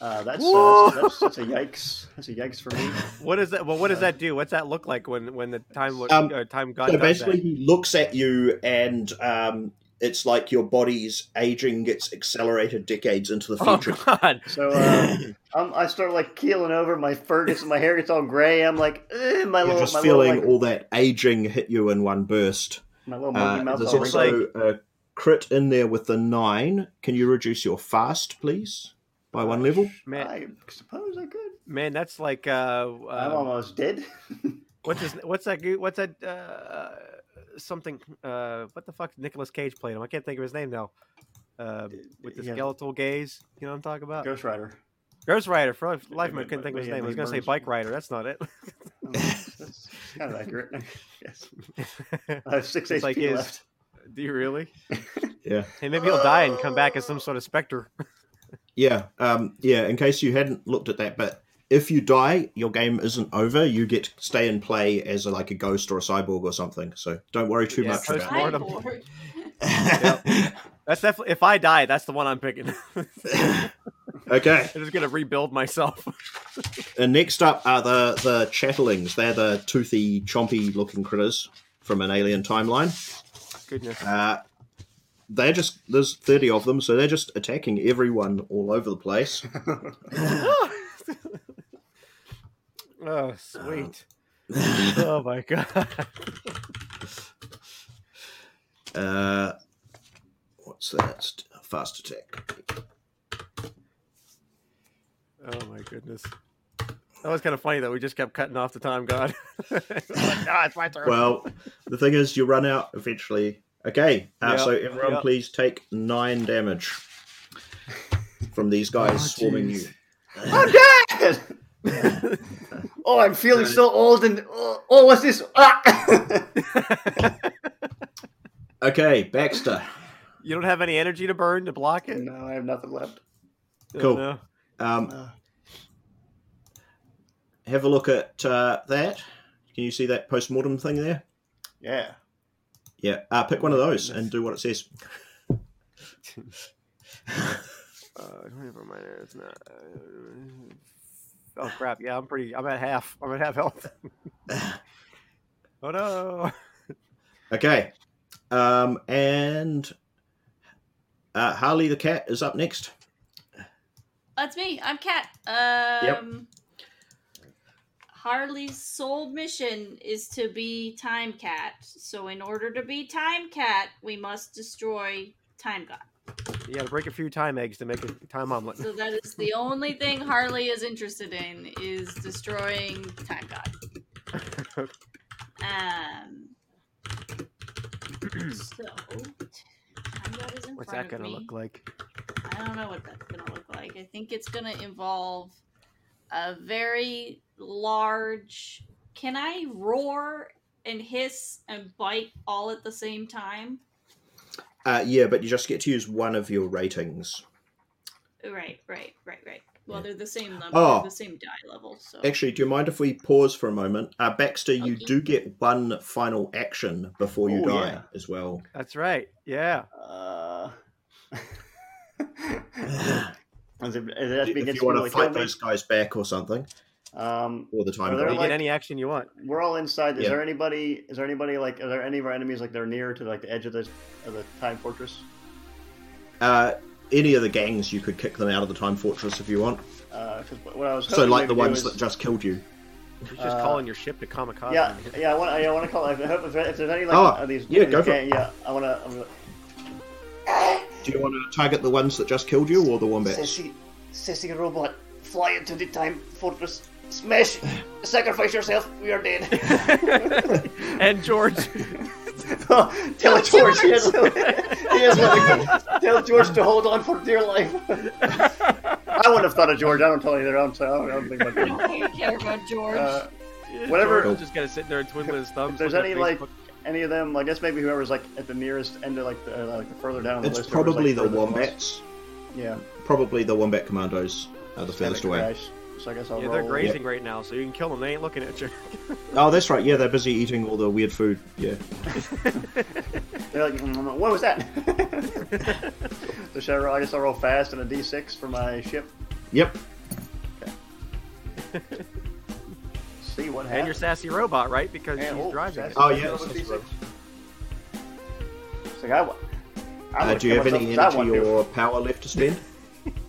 Uh, that's,
Whoa.
uh, that's, that's, that's a yikes. That's a yikes for me.
What is that? Well, what does that do? What's that look like when when the time look,
Uh, Um,
uh, time god
So
does
basically, he looks at you, and um, it's like your body's aging gets accelerated decades into the
that?
future.
Oh god!
So uh, I'm, I start like keeling over. My fur gets my hair gets all gray. I'm like, eh, my
You're
little,
just
my little,
feeling
like, Oh,
all that aging hit you in one burst.
my little monkey
Uh,
mouth.
there's
all wrinkled.
also a crit in there with the nine. Can you reduce your fast, please, by one level?
Man,
I suppose I could.
man, that's like uh,
I'm
uh
almost dead.
what's his, what's that goo- what's that uh something uh what the fuck Nicholas Cage played him? I can't think of his name now. Uh, with the
yeah.
skeletal gaze, you know what I'm talking about?
Ghost Rider.
Ghost Rider. For life, life
but-
I couldn't think of his
yeah,
name. I
but
was
he
gonna say
burns-
bike rider. That's not it.
Um, That's kind of accurate. yes. I have six
It's
HP
like his-
left.
Do you really?
Yeah.
Hey, maybe he'll die and come back as some sort of specter.
Yeah. Um, yeah. In case you hadn't looked at that, but if you die, your game isn't over. You get to stay and play as a, like a ghost or a cyborg or something. So don't worry too
Yeah,
much about it.
post-mortem.
I'm bored.
That's definitely if I die, that's the one I'm picking.
okay.
I'm just gonna rebuild myself.
And next up are the the chatterlings. They're the toothy, chompy looking critters from an alien timeline.
Goodness.
Uh, they're just there's 30 of them, so they're just attacking everyone all over the place.
oh, sweet.
uh,
oh my god.
Uh, what's that? Fast attack.
Oh my goodness. That was kind of funny though. We just kept cutting off the time god. Like, "Ah, it's my turn.
Well, the thing is, you run out eventually Okay, uh,
Yep,
so everyone,
yep.
please take nine damage from these guys swarming you.
jeez.
I'm dead. oh, I'm feeling so old and oh, oh what's this? Ah!
Okay, Baxter.
You don't have any energy to burn to block it.
no, I have nothing left.
Oh,
Cool.
no.
Um,
Uh,
have a look at uh, that. Can you see that post mortem thing there?
yeah.
Yeah. Uh, pick
Oh,
one of those and do what it says.
Uh, never mind. It's not. uh, Oh crap! Yeah, I'm pretty. I'm at half. I'm at half health. oh no!
Okay. Um, and uh, Harley the cat is up next.
That's me. I'm Kat. Um, Harley's sole mission is to be Time Cat. So, in order to be Time Cat, we must destroy Time God.
You got to break a few time eggs to make a time omelet.
So that is the only thing Harley is interested in is destroying Time God. Um. So, Time God is in
What's
front
that
of
gonna
me.
look like?
I don't know what that's going to look like. I think it's going to involve a very large. Can I roar and hiss and bite all at the same time?
Uh, yeah, but you just get to use one of your ratings.
Right, right, right, right. Well,
Yeah.
they're the same level,
Oh.
the same die level. So
Actually, do you mind if we pause for a moment? Uh, Baxter, you
Okay.
do get one final action before you
Oh,
die
yeah.
as well.
That's right. Yeah.
Uh,
if
is it, is it
you
against
want
people
to
that
fight
killed me?
those guys back or something,
Um,
or the time
Are there
break.
You
like-
get any action you want.
we're all inside. Is
Yeah.
there anybody? Is there anybody like? Are there any of our enemies like they're near to like the edge of the of the time fortress?
Uh, any of the gangs, you could kick them out of the time fortress if you want.
Uh, 'cause what I was
So,
hoping
like the
maybe do
ones
is-
that just killed you.
You're just
Uh,
calling your ship to kamikaze.
Yeah, yeah. I want. I want to call. I hope if, if there's any like
Oh,
of these.
yeah, go for
it. Yeah, I want to.
Do you want to target the ones that just killed you, or the wombats?
Sissy, sissy robot, fly into the time fortress, smash, sacrifice yourself. We are dead.
and George.
Tell George. He has, he has nothing. Tell George to hold on for dear life. I wouldn't have thought of George. I don't tell either. I'm sorry. I don't- I don't think about
I
George.
don't care about George.
Uh, Whatever-
George is just gonna sit there and twiddle his thumbs.
If there's
looking at
any, like,
Facebook.
any of them, I guess maybe whoever's like at the nearest end of like the uh, like the further down on the
It's
list. whoever's, like,
probably the
further than us.
wombats.
Yeah,
Probably the wombat commandos are the furthest
Kinda
away.
crash. So I guess I'll
yeah,
roll.
they're grazing right now, so you can kill them. They ain't looking at you.
Oh, that's right. Yeah, they're busy eating all the weird food. Yeah.
They're like, "Mm, what was that? so should I, roll, I guess I'll roll fast and a d6 for my ship.
Yep.
See what
And your
happens.
sassy robot, right? Because
And-
she's
oh,
driving.
sassy.
It.
Oh, yeah.
Roll a
that's
D6.
right.
It's like, I, wa- I'm
Uh,
gonna
do you
kill
have any
myself 'cause I
energy
want to.
or power left to spend?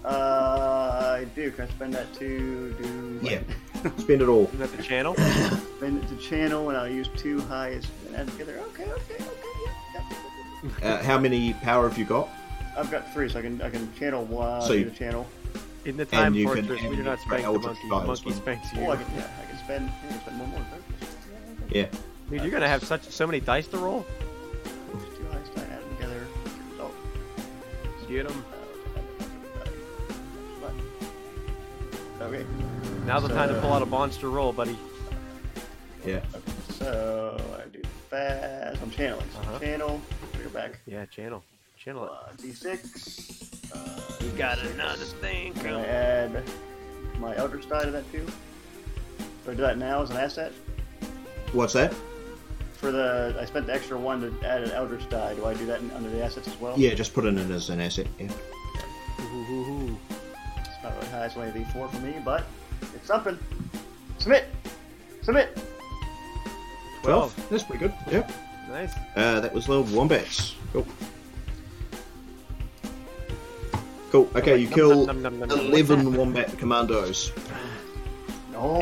Uh, I do. Can I spend that to do? what?
Yeah. spend it all.
Isn't that the channel?
Spend it to channel, and I'll use two highs and add together. Okay, okay, okay. Yeah, yeah.
Uh, how many power have you got?
I've got three, so I can I can channel one.
So
do
you-
the channel.
In the time
you can-
fortress, we
and you
do not
can
spank the
eldritch
monkey. The
guys,
monkey
man.
spanks you.
Oh, I can, yeah, I can spend. yeah, I can spend one more. right?
Yeah.
Dude, you're gonna have such so many dice to roll.
Two highs, and add them together. Result.
Get them.
Okay,
Now's the time to pull out a monster roll, buddy.
Yeah.
so I do fast. I'm channeling. So
Uh-huh.
Channel. Bring it back.
Yeah, channel, channel it.
Uh, D6. Uh,
You got another thing
can I
coming.
add my Eldritch die to that too? Do I do that now as an asset?
What's that?
For the I spent the extra one to add an Eldritch die. Do I do that in, under the assets as well?
Yeah, just put it in as an asset. Yeah.
Ooh.
It's not really high. It's only a D4 for me, but it's something. Submit. Submit.
Twelve.
That's pretty good. Yep.
Nice.
Uh, that was the wombats. Cool. Cool. Okay, you
Nom,
kill
nom, nom, nom, nom, nom.
eleven wombat commandos.
Oh,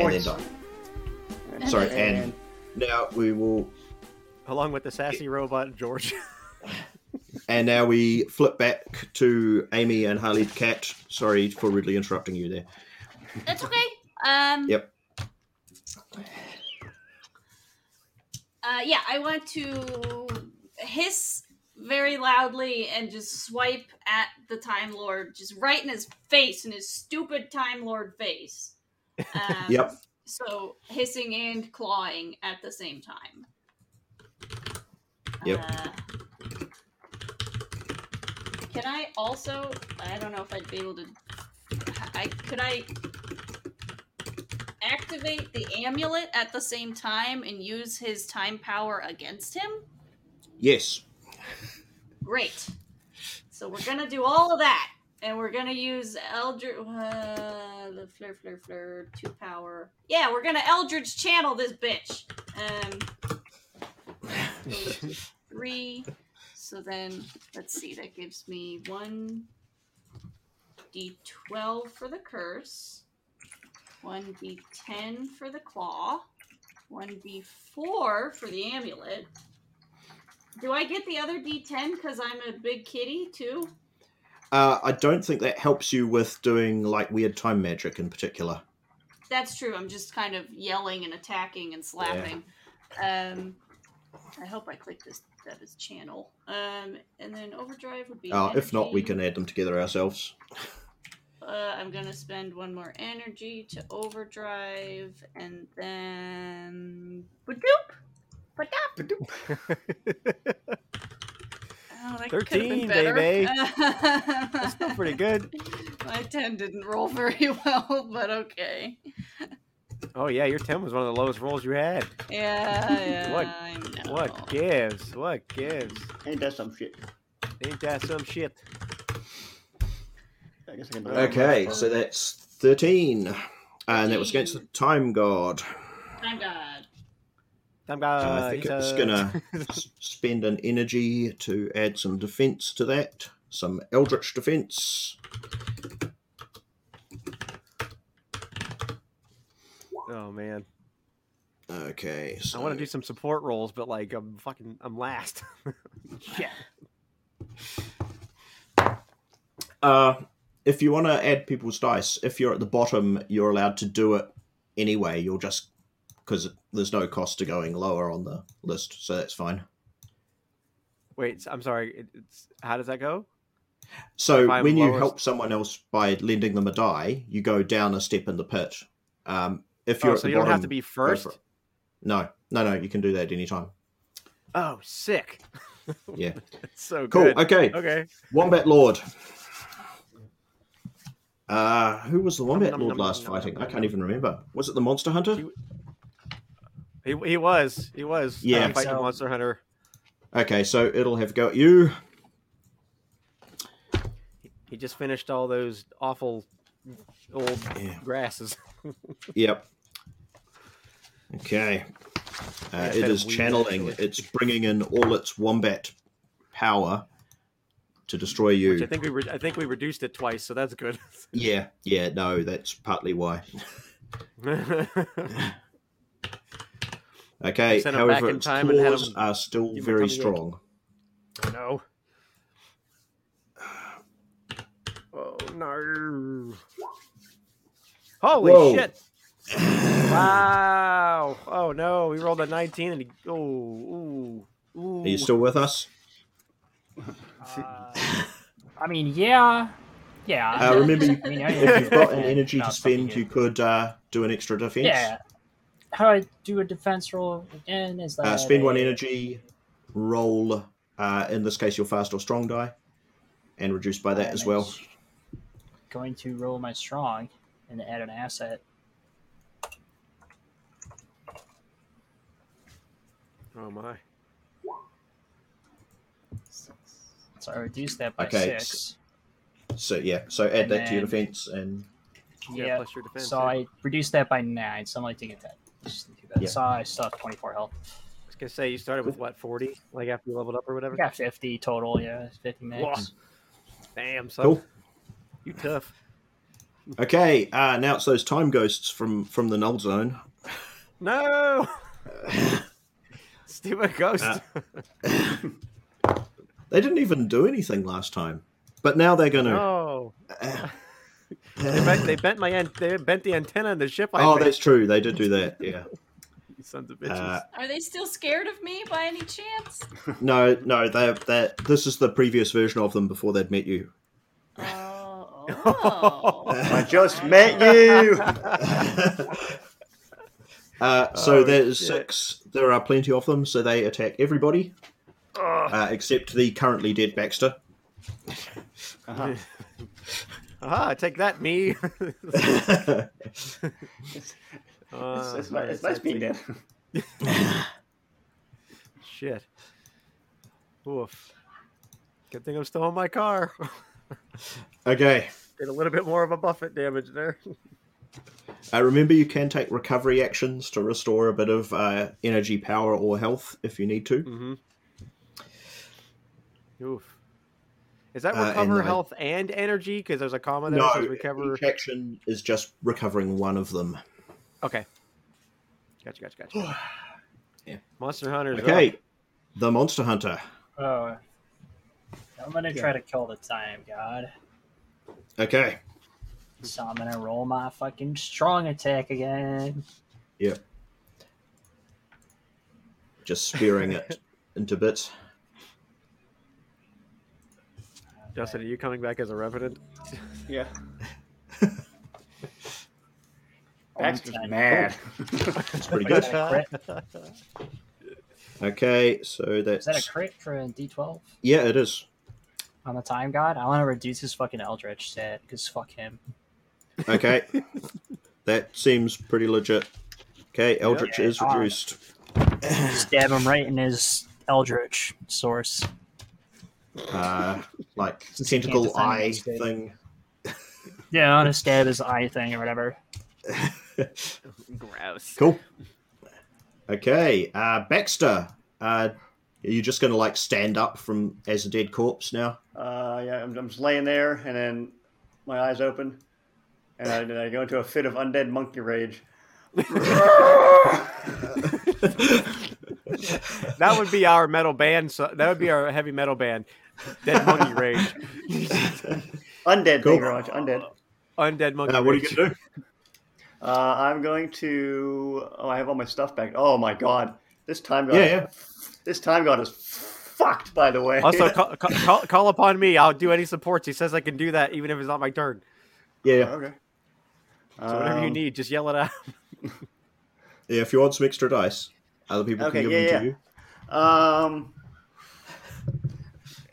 And then
it's-
die. Sorry, and now we will.
Along with the sassy robot George.
And now we flip back to Amy and Harley the Cat. Sorry for rudely interrupting you there.
That's okay. Um.
Yep.
Uh, yeah, I want to hiss very loudly and just swipe at the Time Lord, just right in his face, in his stupid Time Lord face. Um,
Yep.
So hissing and clawing at the same time.
Yep.
Uh, can I also? I don't know if I'd be able to. I could I activate the amulet at the same time and use his time power against him?
Yes.
Great. So we're gonna do all of that, and we're gonna use Eldritch, uh, the flare, flare, flare, two power. Yeah, we're gonna Eldritch channel this bitch. Um, three. So then, let's see. That gives me one d12 for the curse, one d10 for the claw, one d4 for the amulet. Do I get the other d10 because I'm a big kitty too?
Uh, I don't think that helps you with doing like weird time magic in particular.
That's true. I'm just kind of yelling and attacking and slapping. Um, I hope I click this that is channel. Um, and then overdrive would be.
Uh, if not, we
energy.
can add them together ourselves.
Uh, I'm gonna spend one more energy to overdrive, and then Badoop! Oh, that could've
13,
been better.
baby. That's still pretty good.
My ten didn't roll very well, but okay.
Oh yeah, your ten was one of the lowest rolls you had.
Yeah, yeah.
What-
I know.
What gives? What gives?
Ain't that some shit?
Ain't that some shit?
I guess I can do that.
Okay, so that's 13. And that was against the Time God.
Time God.
I'm
Uh, I think it's gonna s- spend an energy to add some defense to that, some eldritch defense.
Oh man,
Okay, so
I want to do some support rolls, but like I'm fucking, I'm last. Shit.
uh, if you want to add people's dice, if you're at the bottom, you're allowed to do it anyway. You'll just because there's no cost to going lower on the list, so that's fine.
Wait, s- I'm sorry. it- It's how does that go?
So
If I'm
when you
lowest-
help someone else by lending them a die, you go down a step in the pit. Um, if you're
Oh,
at
so
the
you don't have
bottom,
to be
go for
first.
it. No, no, no. You can do that anytime.
Oh, sick.
Yeah.
That's so
Cool.
good.
Okay.
Okay.
Wombat Lord. Uh, who was the Wombat
nom,
Lord
nom,
last
nom,
fighting?
nom,
I can't
nom.
even remember. Was it the Monster Hunter?
You- He, he was he was
Yeah.
uh, fighting
So-
Monster Hunter.
Okay, so it'll have a go at you.
He just finished all those awful old
Yeah.
grasses.
Yep. Okay. Uh,
That's
it
kinda
is
weird,
channeling.
actually.
It's bringing in all its Wombat power to destroy you.
Which I think we re- I think we reduced it twice, so that's good.
Yeah, yeah, no, that's partly why.
Give
Okay,
Sent 'em back
however,
in
its
time and had
claws
'em
are still
give 'em
very
tummy ache.
strong.
no. Oh no! Holy
Whoa.
shit! Wow! Oh no! We rolled a nineteen, and he oh ooh ooh.
Are you still with us?
Uh, I mean, yeah, yeah.
Uh, remember, you-
I mean, I-
if you've got an
yeah,
energy
no,
to
it's something
spend,
good.
you could uh, do an extra defense.
Yeah. How do I do a defense roll again? Is that
Uh, spend one
a-
energy, roll, uh, in this case, your fast or strong die, and reduce by that as
I'm
well.
Going to roll my strong and add an asset.
Oh my!
So I reduce that by
Okay,
six.
So, yeah, so add
And
that to your
then-
defense, and
Yeah,
Yeah.
plus your defense.
So
yeah.
I reduced that by nine. So I'm like to get that. Just do that.
Yeah.
So I still have 24 health.
I was gonna say you started with what forty, like after you leveled up or
I
whatever.
got 50 total. Yeah, 50
Whoa.
max.
Damn, son,
cool.
you tough.
Okay, uh, now it's those time ghosts from, from the null zone.
No, stupid ghost.
Uh, They didn't even do anything last time, but now they're going to.
no,
Oh.
they bent, they bent my an- they bent the antenna in the ship. I
oh,
made.
that's true. They did do that. Yeah.
You sons of bitches.
Uh,
Are they still scared of me by any chance?
no, no, they they this is the previous version of them before they'd met you.
Oh. oh.
I just met you.
Uh, so
Oh,
there's
shit.
six. There are plenty of them, so they attack everybody
Ugh.
uh, except the currently dead Baxter.
Uh-huh.
Aha, take that, me. Uh,
It's, it's,
Uh,
ni- it's nice being
that's-
dead.
Shit. Oof. Good thing I'm still in my car.
okay.
Did a little bit more of a buffet damage there.
Uh, remember, you can take recovery actions to restore a bit of uh, energy, power, or health if you need to.
Mm-hmm. Oof. Is that
Uh, and
recover
then I-
health and energy? Because there's a comma there that
No,
says recover.
each action is just recovering one of them.
Okay. Gotcha, gotcha, gotcha.
Yeah.
Monster Hunter. is
Okay,
up.
the Monster Hunter.
Oh. I'm gonna try to kill the time god.
Okay,
So I'm gonna roll my fucking strong attack again.
just spearing it into bits.
Justin, are you coming back as a revenant?
Yeah.
Only
Baxter's
time.
mad.
It's pretty
Is
good.
that a crit?
Okay, so
Is
that's
that a crit for a D12
yeah, it is.
on the time god? I want to reduce his fucking eldritch stat because fuck him.
Okay, that seems pretty legit. Okay, Eldritch
Yeah,
is
alright.
reduced.
Stab him right in his eldritch source.
Uh, like
Since you can't
tentacle
defend
eye
against it.
thing.
Yeah, I want to stab his eye thing or whatever.
Gross.
Cool. Okay, uh, Baxter, uh, are you just going to like stand up from as a dead corpse now?
Uh, yeah, I'm, I'm just laying there, and then my eyes open, and I, and I go into a fit of undead monkey rage.
That would be our metal band. So that would be our heavy metal band. Dead Monkey Rage.
Undead,
Cool.
thank you very much. Undead.
Undead Monkey
Uh,
Rage.
what are you going to do?
Uh, I'm going to. Oh, I have all my stuff back. Oh my god, this time god.
Yeah, yeah.
This time god is fucked. By the way.
Also, call, ca- call, call upon me. I'll do any supports. He says I can do that even if it's not my turn.
Yeah, yeah.
okay.
So whatever
Oh.
you
Um,
need, just yell it out.
Yeah, if you want some extra dice, other people
Okay,
can give
yeah,
them to you.
Um,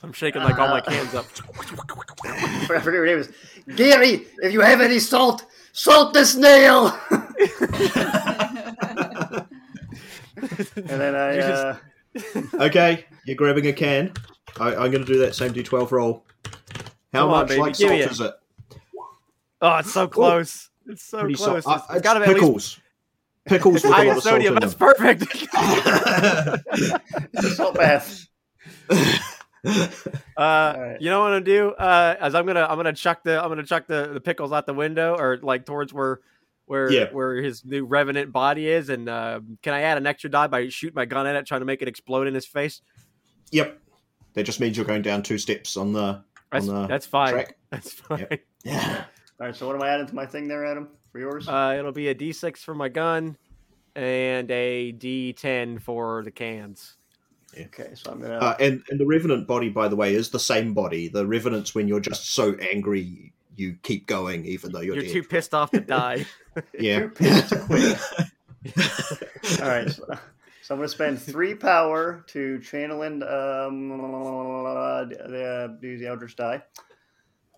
I'm shaking like all my
Uh,
cans up.
I forget her name is. Gary, if you have any salt, salt this nail. and then I.
You just-
Uh,
Okay, you're grabbing a can. I, I'm going to do that same d12 roll. How
Come on,
much
baby,
like
give
salt
me it.
is it?
Oh, it's so close. It's so
Pretty
close.
salt.
It's-
Uh,
it's got to be
it's
at least
pickles. Pickles with a
high
lot
in
of salt in
sodium.
them.
That's perfect.
it's a salt bath.
Uh,
Alright.
You know what I'm gonna do? Uh, as I'm gonna I'm gonna chuck the I'm gonna chuck the, the pickles out the window or like towards where where
Yeah.
where his new revenant body is. And uh, can I add an extra die by shooting my gun at it, trying to make it explode in his face?
Oh, yep. That just means you're going down two steps on the
That's
On the
that's fine.
track.
That's fine.
Yeah.
All right, so what am I adding to my thing there, Adam? For yours?
Uh, it'll be a D6 for my gun and a D10 for the cans.
okay, so I'm gonna.
Uh, and, and the revenant body, by the way, is the same body. The revenant's when you're just so angry you keep going, even though you're,
You're
dead.
too pissed off to die.
yeah.
You're pissed to quit. All right, so, so I'm gonna spend three power to channel in um the uh, do the eldritch die.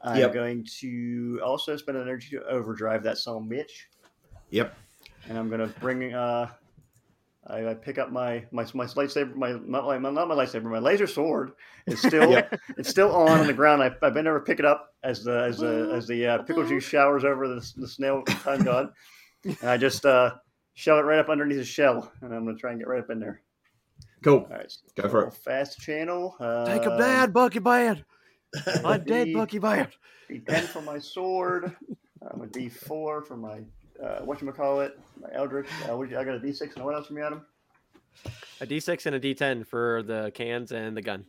I'm
Yep.
going to also spend energy to overdrive that song, Mitch.
Yep.
and I'm gonna bring. Uh, I, I pick up my my my lightsaber, my not my not my lightsaber, my laser sword is still
Yep.
it's still on on the ground. I I bend over, pick it up as the as the as the uh, pickle juice showers over the, the snail time god, and I just uh, shove it right up underneath his shell, and I'm gonna try and get right up in there.
Cool.
All right, so
Go for it.
Fast channel. Uh,
Take a bad Bucky Bad. I'm dead
D-
Bucky Bad.
D10 for my sword. I'm a D4 for my uh, what you call it, my eldritch. Uh, what, I got a D6 and what else from you, Adam?
A D6 and a D10 for the cans and the gun.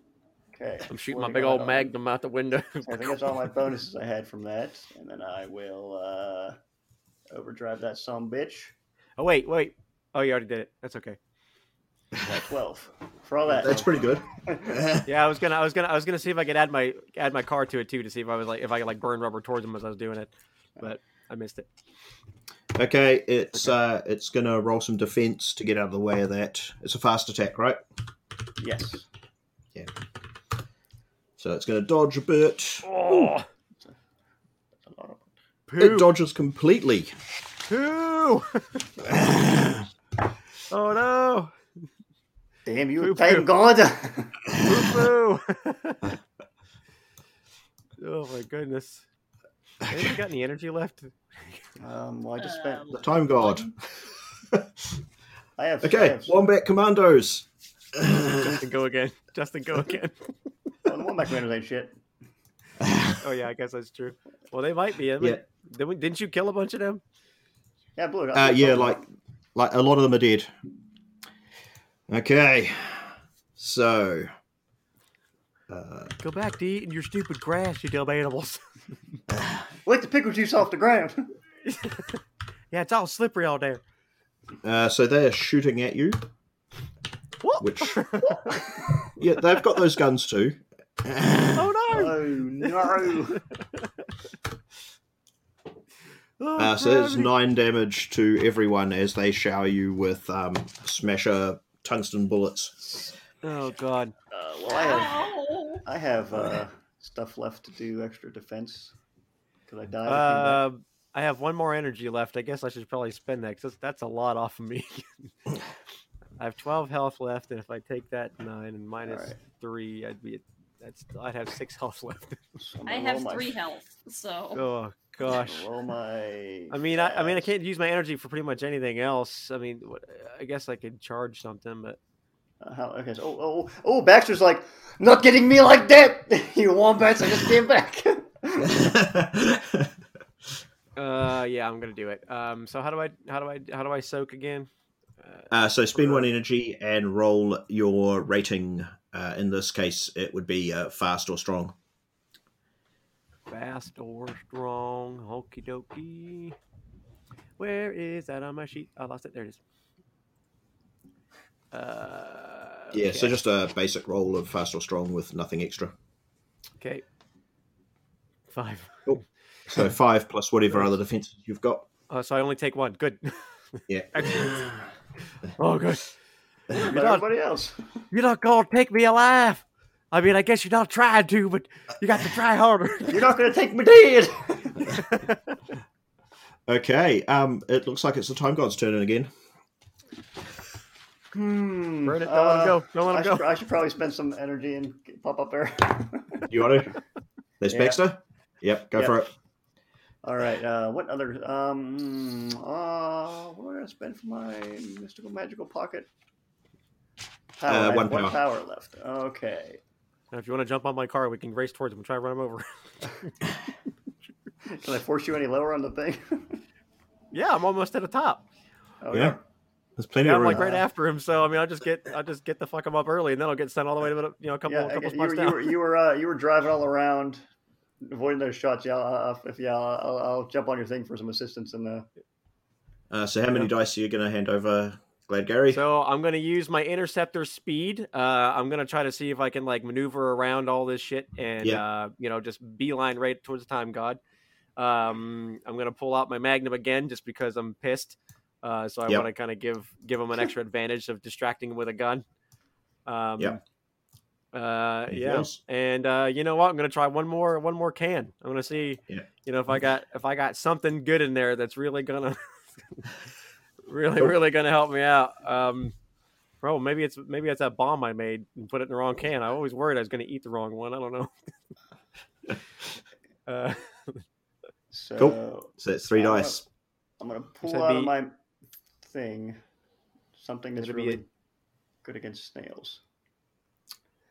Okay.
I'm shooting
What
my
do
big
I
old
got?
magnum out the window.
I think that's all my bonuses I had from that, and then I will uh, overdrive that some bitch.
Oh wait, wait. Oh, you already did it. That's okay.
Twelve for all that.
That's pretty good.
Yeah, I was gonna, I was gonna, I was gonna see if I could add my add my car to it too to see if I was like if I could like burn rubber towards him as I was doing it, but I missed it.
okay, it's uh, it's gonna roll some defense to get out of the way of that. It's a fast attack, right?
yes.
So it's gonna dodge a bit.
Oh,
That's a lot of-
It
poo,
dodges completely.
poo. oh no,
Damn you,
Poo-poo.
thank God.
poo, poo. oh my goodness. Anybody got any energy left?
um, well, I just spent.
Um,
Time god.
I have. I
Okay,
have-
wombat commandos.
Justin, go again. Justin, go again.
well, the wombat commanders ain't shit.
Oh yeah, I guess that's true. Well, they might be. I mean,
yeah,
didn't we- Didn't you kill a bunch of them?
Yeah, blue. it up.
uh, yeah, like like a lot of them are dead. Okay, so uh,
Go back to eating your stupid grass, you dumb animals.
lick the pickle juice off the ground.
yeah, it's all slippery all there.
uh, so they are shooting at you.
What?
Which? yeah, they've got those guns too.
Oh
Uh,
no!
oh no!
Oh,
Uh, so that's
gravity.
nine damage to everyone as they shower you with um, smasher tungsten bullets.
Oh god.
Uh, well, I have.
Ow.
I have uh, stuff left to do extra defense because I died. I came back.
Um, I have one more energy left. I guess I should probably spend that because that's a lot off of me. I have twelve health left, and if I take that nine and minus
Alright.
three, I'd be that's I'd have six health left.
So I'm
I
gonna
have
roll Oh my-
three health, so
oh
I'm gonna
gosh.
Roll my.
I mean, I, I mean, I
stats.
can't use my energy for pretty much anything else. I mean, what- I guess I could charge something, but
Uh, how, okay, so oh, oh, oh, Baxter's like, not getting me like that. you wombats, I just came back.
uh, yeah, I'm gonna do it. Um, so how do I how do I how do I soak again? Uh,
uh, so spend one energy and roll your rating. Uh, in this case, it would be uh, fast or strong.
fast or strong? Hokey dokey. Where is that on my sheet? I lost it. There it is. Uh,
Yeah, so
okay,
just a basic roll of fast or strong with nothing extra.
okay. Five.
So five plus whatever other defenses you've got.
Oh, so I only take one. Good.
Yeah.
Excellent. Oh, good.
But
not-
everybody else.
You're not gonna take me alive. I mean, I guess you're not trying to, but you got to try harder.
You're not gonna take me dead.
Okay, um, it looks like it's the time god's turn in again.
Hmm.
Burn it. Don't
uh,
let him go. Don't
I
let him
should,
go.
I should probably spend some energy and get- pop up there.
You want to? There's
Yeah.
Baxter. Yep, go
Yep.
for it.
All right. Uh, what other? Um. Uh. What did I spend for my mystical magical pocket? Power.
Uh,
I have
one
one
power.
power left. Okay.
Now, if you want to jump on my car, we can race towards him and try to run him over.
Can I force you any lower on the thing?
yeah, I'm almost at the top.
oh,
Yeah. There's plenty
Yeah,
of
I'm
room.
like right after him, so I mean, I'll just get, I'll just get the fuck him up early, and then I'll get sent all the way to the, you know, a couple,
yeah.
a
I
couple
guess you, were,
spots
you
down.
were you were uh, you were driving all around, avoiding those shots. Yeah. I'll, I'll- if yeah, I'll, I'll- I'll jump on your thing for some assistance and uh,
Uh, so how many
Yeah.
dice are you going to hand over, Glad Gary?
So uh, I'm gonna use my interceptor speed. Uh, I'm gonna try to see if I can like maneuver around all this shit and
Yeah.
uh, you know just beeline right towards the time god. Um, I'm gonna pull out my magnum again just because I'm pissed. Uh, so I
Yep.
want to kind of give give him an extra advantage of distracting him with a gun. Um,
Yep.
Uh,
Anything
yeah.
else?
And uh, you know what? I'm gonna try one more one more can. I'm gonna see.
Yeah.
You know if I got if I got something good in there that's really gonna really
Cool.
really gonna help me out. Um, bro, maybe it's maybe it's that bomb I made and put it in the wrong can. I always worried I was gonna eat the wrong one. I don't know. uh,
so
So that's three
Uh,
dice.
I'm gonna pull
that'd
out of
be-
my thing something that's
That'd be
really
it.
good against snails.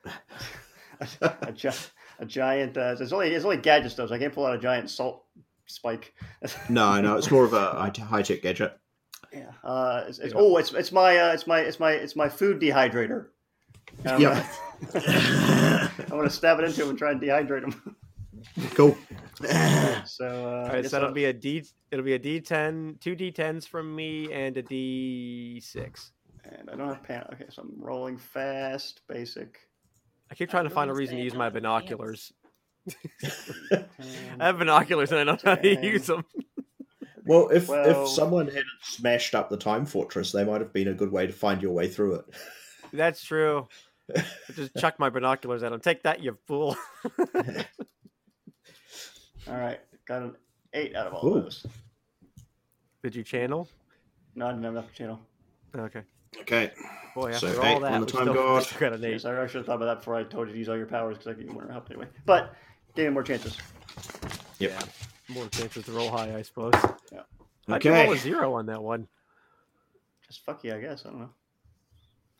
a, a gi- a giant. Uh, it's only it's only gadget stuff. So I can't pull out a giant salt spike.
No, no, it's more of a high tech gadget.
Yeah. Uh, it's, it's, oh, it's it's my uh, it's my it's my it's my food dehydrator. I'm,
Yep.
gonna, I'm gonna stab it into him and try and dehydrate him.
cool.
So uh,
All
I
right,
guess
so it'll
I'll-
be a D. It'll be a D10, two D10s from me, and a D6.
and I don't have pan. Okay, so I'm rolling fast, basic.
I keep trying to find a
Everyone's
reason to
saying
use my
no to
binoculars.
And-
I have binoculars and I don't know how to
Okay.
use them.
Well, if
Well-
if someone hadn't smashed up the time fortress, they might have been a good way to find your way through it.
That's true. I just chuck my binoculars at him. Take that, you fool.
All right, got an eight out of all
Ooh.
those.
Did you channel?
No, I didn't have enough channel.
Okay.
Okay.
Boy, after
So eight
all
on
that,
the
we
time
still, we
guard.
still got an eight.
Yes, I should have thought about that before I told you to use all your powers because I think you weren't helped anyway. But gave me more chances.
Yep.
Yeah. More chances to roll high, I suppose.
Yeah.
How'd you roll a
Okay.
zero on that one?
Just fuck you, I guess. I don't know.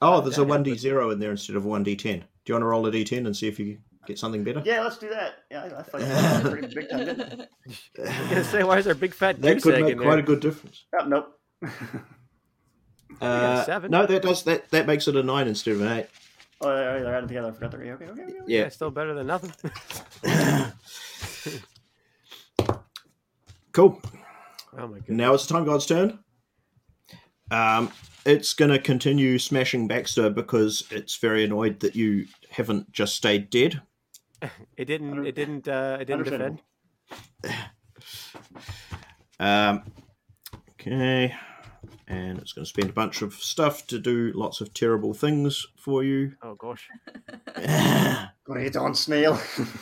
Oh, there's a
That
one d zero in there instead of one d ten. Do you want to roll a d ten and see if you get something better?
Yeah, let's do that. Yeah, I, I fucking fucked up pretty big time. didn't I?
I was gonna say, why is there a big fat
that
goose
could
egg
make
in
quite
there?
a good difference.
Oh, nope.
got a
Uh,
seven.
No, that does that. That makes it a nine instead of an eight.
oh, they're, they're added together. I forgot they're okay. Okay, okay. okay.
yeah,
Yeah.
still better than nothing.
Cool.
oh my goodness.
Now it's the time god's turn. Um, it's going to continue smashing Baxter because it's very annoyed that you haven't just stayed dead.
It didn't. It didn't. Uh, it didn't defend.
Understandable.
Um, okay. And it's going to spend a bunch of stuff to do lots of terrible things for you. Uh,
Oh gosh.
Gonna hit on snail.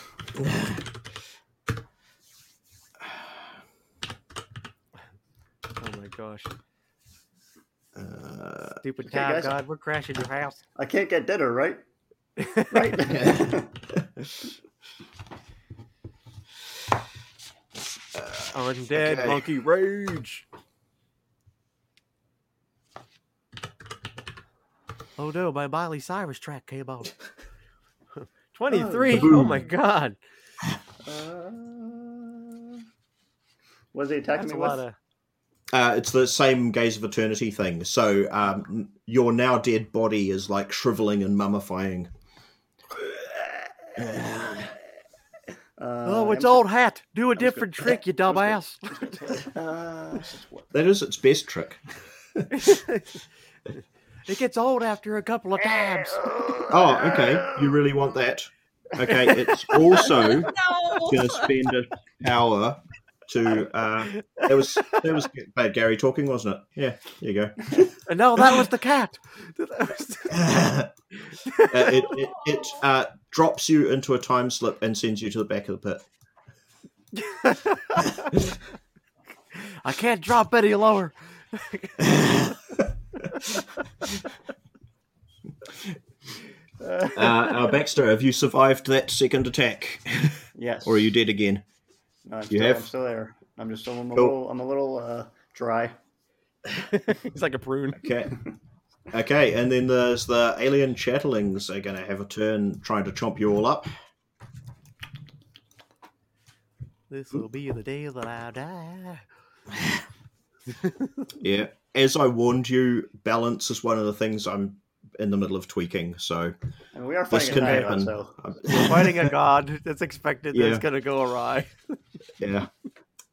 Oh my gosh.
Uh,
Stupid
Okay,
time,
guys.
God. We're crashing your house.
I can't get dinner, right? Right.
Undead
Okay.
monkey rage. Oh no, my Miley Cyrus track came out. 23. Oh,
Kaboom.
my god.
uh, was he attacking
That's a
me with?
lot of
uh, it's the same Gaze of Eternity thing. So um, n- your now dead body is like shriveling and mummifying.
Uh,
Oh, it's
I'm-
old hat. Do a
was good.
different trick, you
That
dumbass.
was Uh, what-
That is its best trick.
it gets old after a couple of times.
Oh, okay. You really want that? Okay, it's also
no.
going to spend a power to. Uh, it was it was bad Gary talking, wasn't it? Yeah, there you go.
And no, that was the cat.
Uh, it it, it uh, drops you into a time slip and sends you to the back of the pit.
I can't drop any lower.
Uh, uh, Baxter, have you survived that second attack,
yes.
or are you dead again?
No, I'm
You
still,
have?
I'm still there. I'm just. I'm a
Cool.
little. I'm a little uh, dry.
He's like a prune.
Okay. Okay, and then there's the alien chatterlings are going to have a turn trying to chomp you all up.
This will be the day that I die.
Yeah. As I warned you, balance is one of the things I'm in the middle of tweaking. So
I mean, we are
This can
fighting a
happen.
happen. so
We're fighting a god that's expected that's
Yeah.
gonna go awry.
yeah.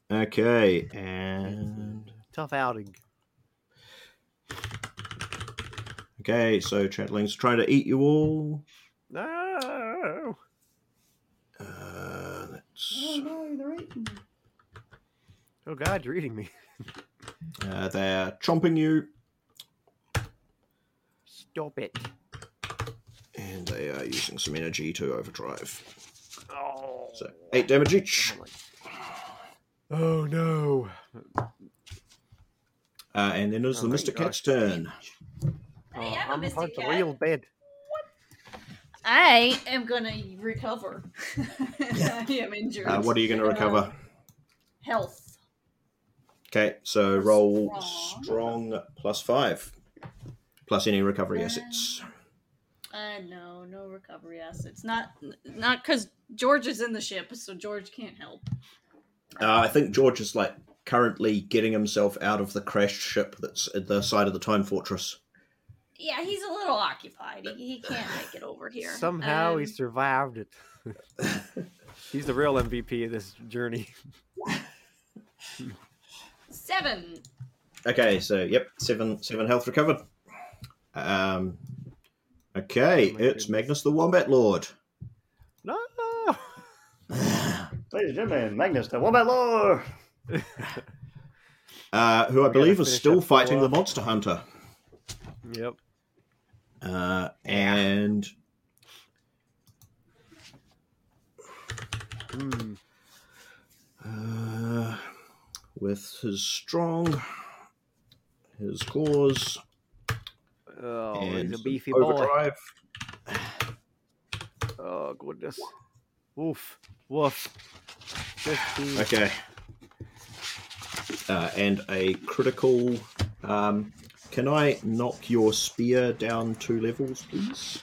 Okay, and
Tough outing.
okay, so chatterlings are trying to eat you all.
No.
Uh, that's
Oh god, you're eating me.
uh, they're chomping you,
Stop it.
and they are using some energy to overdrive.
Oh,
So eight damage each,
oh no.
uh, and then there's the
Oh, thank
Mister
God.
Cat's turn.
Hey, I'm a
I'm
Mystic
part the
Cat.
real bed.
I am gonna recover. I am injured.
Uh, what are you going to recover?
Health.
Okay, so roll
Strong.
strong plus five, plus any recovery assets.
Uh, no, no recovery assets. Not, not because George is in the ship, so George can't help.
Uh, I think George is like currently getting himself out of the crashed ship that's at the side of the time fortress.
Yeah, he's a little occupied. He, he can't make it over here.
Somehow
Um,
he survived it. He's the real MVP of this journey.
Seven.
Okay, so yep, seven seven health recovered. Um, okay,
Oh my
it's
goodness.
Magnus the Wombat Lord.
No.
Ladies and gentlemen, Magnus, the Wombat Lord.
Uh, who I
gotta
believe is
finish
still
up the
fighting the
world.
Monster Hunter.
Yep.
Uh, and
Hmm.
uh, with his strong, his claws,
Oh,
and
he's a beefy boy.
overdrive.
Oh goodness. Woof. Woof. 15.
Okay. Uh, and a critical. Um, can I knock your spear down two levels, please?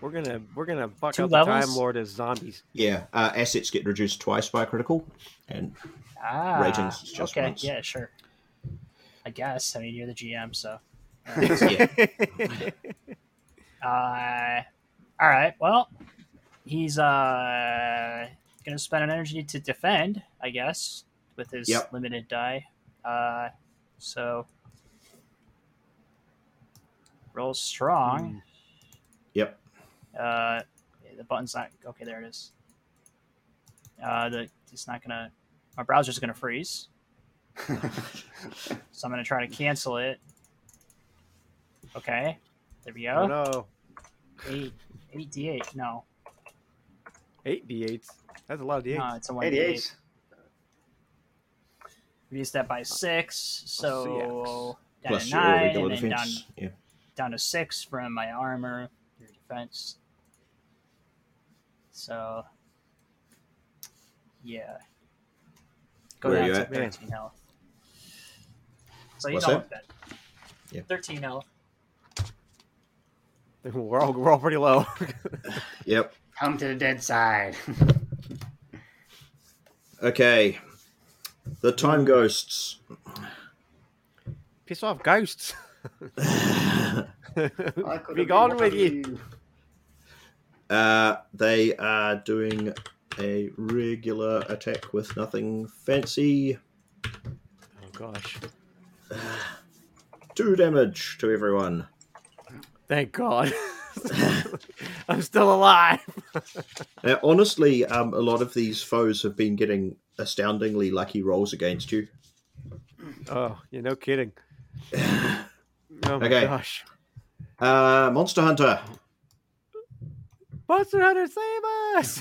We're gonna we're gonna fuck
Two
up the Time
levels?
Lord as zombies.
Yeah, uh, assets get reduced twice by a critical, and
Ah,
Ratings is just
okay,
once.
yeah, sure. I guess. I mean, you're the GM, so.
yeah,
Uh, all right. Well, he's uh gonna spend an energy to defend, I guess, with his
Yep.
limited die. Uh, so roll strong.
yep.
Uh, the button's not okay. There it is. Uh, the it's not gonna. My browser's gonna freeze, so I'm gonna try to cancel it. Okay, there we
Oh
go.
no.
Eight, eight d eight. No,
Eight D eights. That's a lot of D eights.
no, Uh, it's a one d eight.
88.
Reduce that by six, so down
Plus
to
your
nine,
regular
and then down,
defense. Yeah.
down to six from my armor, your defense. So, yeah, go
Where are
down
you
to
at?
Man.
thirteen health. So he's
What's
almost dead.
Yeah.
Thirteen health.
We're all we're all pretty low.
Yep.
Come to the dead side.
Okay. The time ghosts.
Piss off ghosts.
I could've
Be
been
gone
one
with
of
you.
Uh, they are doing a regular attack with nothing fancy.
Oh gosh.
Two damage to everyone.
Thank God. I'm still alive.
Now, honestly, um, a lot of these foes have been getting astoundingly lucky rolls against you.
Oh, yeah, no kidding. Oh my
Okay.
gosh.
Uh, Monster Hunter.
Monster Hunter, save us!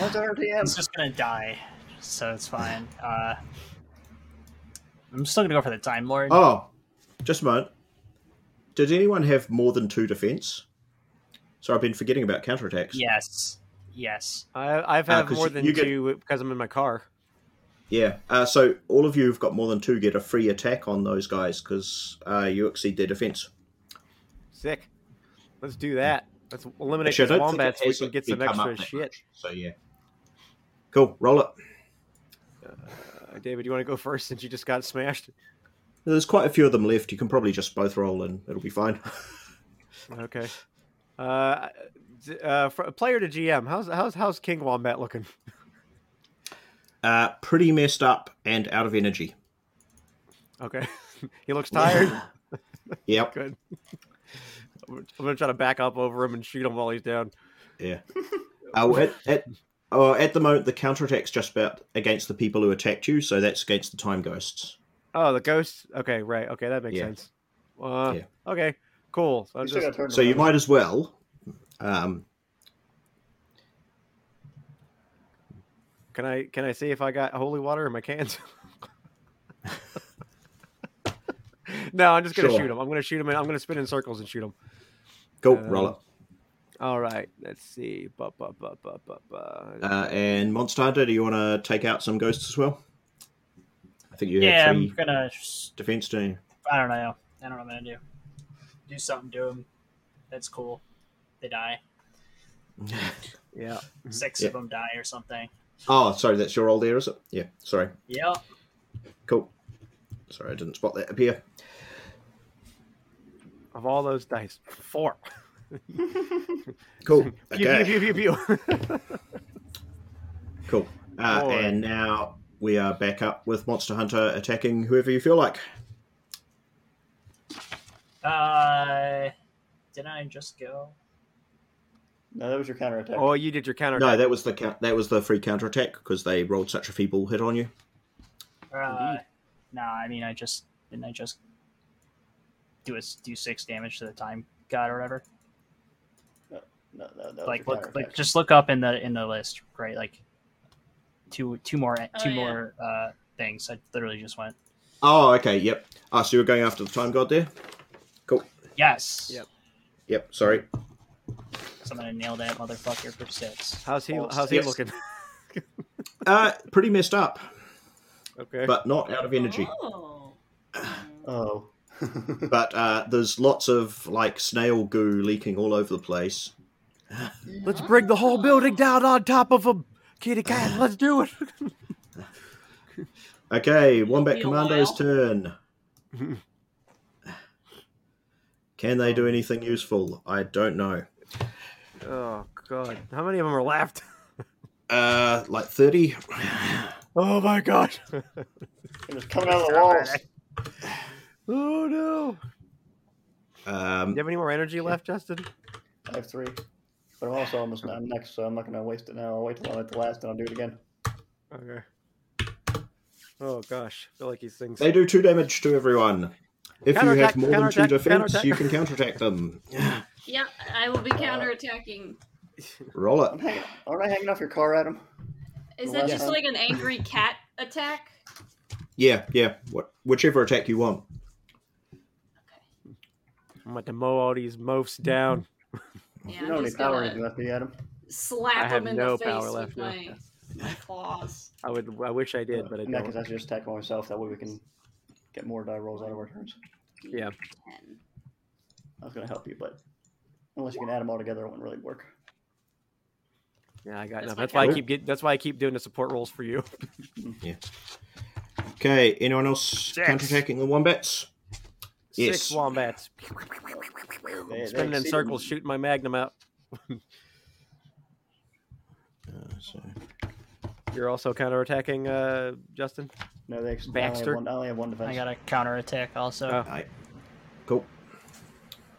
What's our
He's
RTM?
just gonna die, so it's fine. Uh, I'm still gonna go for the time lord.
Oh, just a moment. Did anyone have more than two defense? So I've been forgetting about counterattacks.
Yes, yes.
I, I've had
Uh, 'cause
more
you-
than
you get-
two because I'm in my car.
Yeah. Uh, so all of you who've got more than two get a free attack on those guys because uh, you exceed their defense.
Sick. Let's do that. Let's eliminate
Actually, I
the
don't think
wombats
it
so we
has
can get
actually
some
come up
extra
that
shit.
much, So yeah. Cool. Roll it.
Uh, David, you want to go first since you just got smashed?
There's quite a few of them left. You can probably just both roll and it'll be fine.
Okay. Uh, d- uh, fr- player to GM, how's how's how's King Wombat looking?
Uh, pretty messed up and out of energy.
Okay, he looks tired.
Yep.
Good. I'm gonna try to back up over him and shoot him while he's down.
Yeah. Uh, well, at, at, oh, at the moment, the counterattack's just about against the people who attacked you, so that's against the time ghosts.
Oh, the ghost. Okay, right. Okay, that makes
Yeah.
sense. Uh,
Yeah.
Okay, cool. So I'm
You still
just
gotta turn
So you
around.
might as well. Um,
can I can I see if I got holy water in my cans? no, I'm just gonna
Sure.
shoot him. I'm gonna shoot him and I'm gonna spin in circles and shoot him.
Uh,
cool. roll it.
Um, All right, let's see. Ba, ba, ba, ba, ba, ba.
Uh, and Monster Hunter, do you want to take out some ghosts as well? I think you
yeah,
had
I'm
3
gonna. s-
defense, do you?
I don't know. I don't know what I'm gonna do. Do something to him. That's cool. They die.
Yeah.
Six of
Yeah.
them die or something.
Oh, sorry, that's your roll there, is it? Yeah, sorry.
Yep.
Cool. Sorry, I didn't spot that up here.
Of all those dice, four.
Cool.
Pew,
Okay.
pew, pew, pew, pew.
Cool. Uh,
Boy.
and now we are back up with Monster Hunter attacking whoever you feel like.
Uh, did I just go?
No, that was your counterattack.
Oh, you did your counter.
No, that was the count- that was the free counter attack because they rolled such a feeble hit on you.
Uh, no, I mean I just didn't I just do a s- do six damage to the time god or whatever.
No, no, that was
like
your
look
counterattack.
like just look up in the in the list right like two two more two
Oh, yeah.
more uh things i literally just went
Oh, okay. Yep. Ah, so you were going after the time god there.
yes
Yep.
Yep. Sorry.
so i'm gonna nail that motherfucker for six
How's he?
Oh,
How's he
yes.
looking?
Uh, pretty messed up,
okay.
but not out of energy.
Oh.
Oh.
But uh, there's lots of like snail goo leaking all over the place.
Let's bring the whole building down on top of him, kitty cat. Let's do it.
Okay, Wombat
be a
Commando's
while.
turn. Can they do anything useful? I don't know.
Oh god, how many of them are left?
Uh, like thirty.
Oh my god.
It was coming out of the walls.
Oh no. You
Um,
have any more energy left, Justin?
I have three. But I'm also almost I'm next, so I'm not going to waste it now. I'll wait till I'm at the last and I'll do it again.
Okay. Oh gosh, I feel like these things.
they do two damage to everyone. If you
Counterattack,
have more than two
counterattack,
defense,
counterattack.
you can counterattack them.
Yeah, I will be counterattacking.
Roll
I'm
it.
hanging, aren't I hanging off your car, Adam?
Is that
Yeah.
just like an angry cat attack?
Yeah, yeah. What, whichever attack you want.
I'm about to mow all these moafs down.
Yeah,
you don't
I'm
have any
just
power
gonna
in left, do you, Adam?
I
slap
have
him in
no
the face
power left
with
now.
my, my claws.
I would. I wish I did, but I
In that case,
don't.
I should just attack by myself. That way we can get more die rolls out of our turns.
Yeah.
Ten.
I was going to help you, but unless you can add them all together, it wouldn't really work.
Yeah, I got
That's
enough.
my
That's why I
count.
keep getting. That's why I keep doing the support rolls for you.
Okay. Anyone else
Six.
counterattacking the wombats? Yes.
Six wombats
They- they
spinning in
exceeded-
circles, shooting my magnum out.
Uh, so-
You're also counterattacking, uh, Justin.
No, they ex-
Baxter.
I only have one, I only have one defense.
i got a counter attack also
Oh.
Aye. Cool.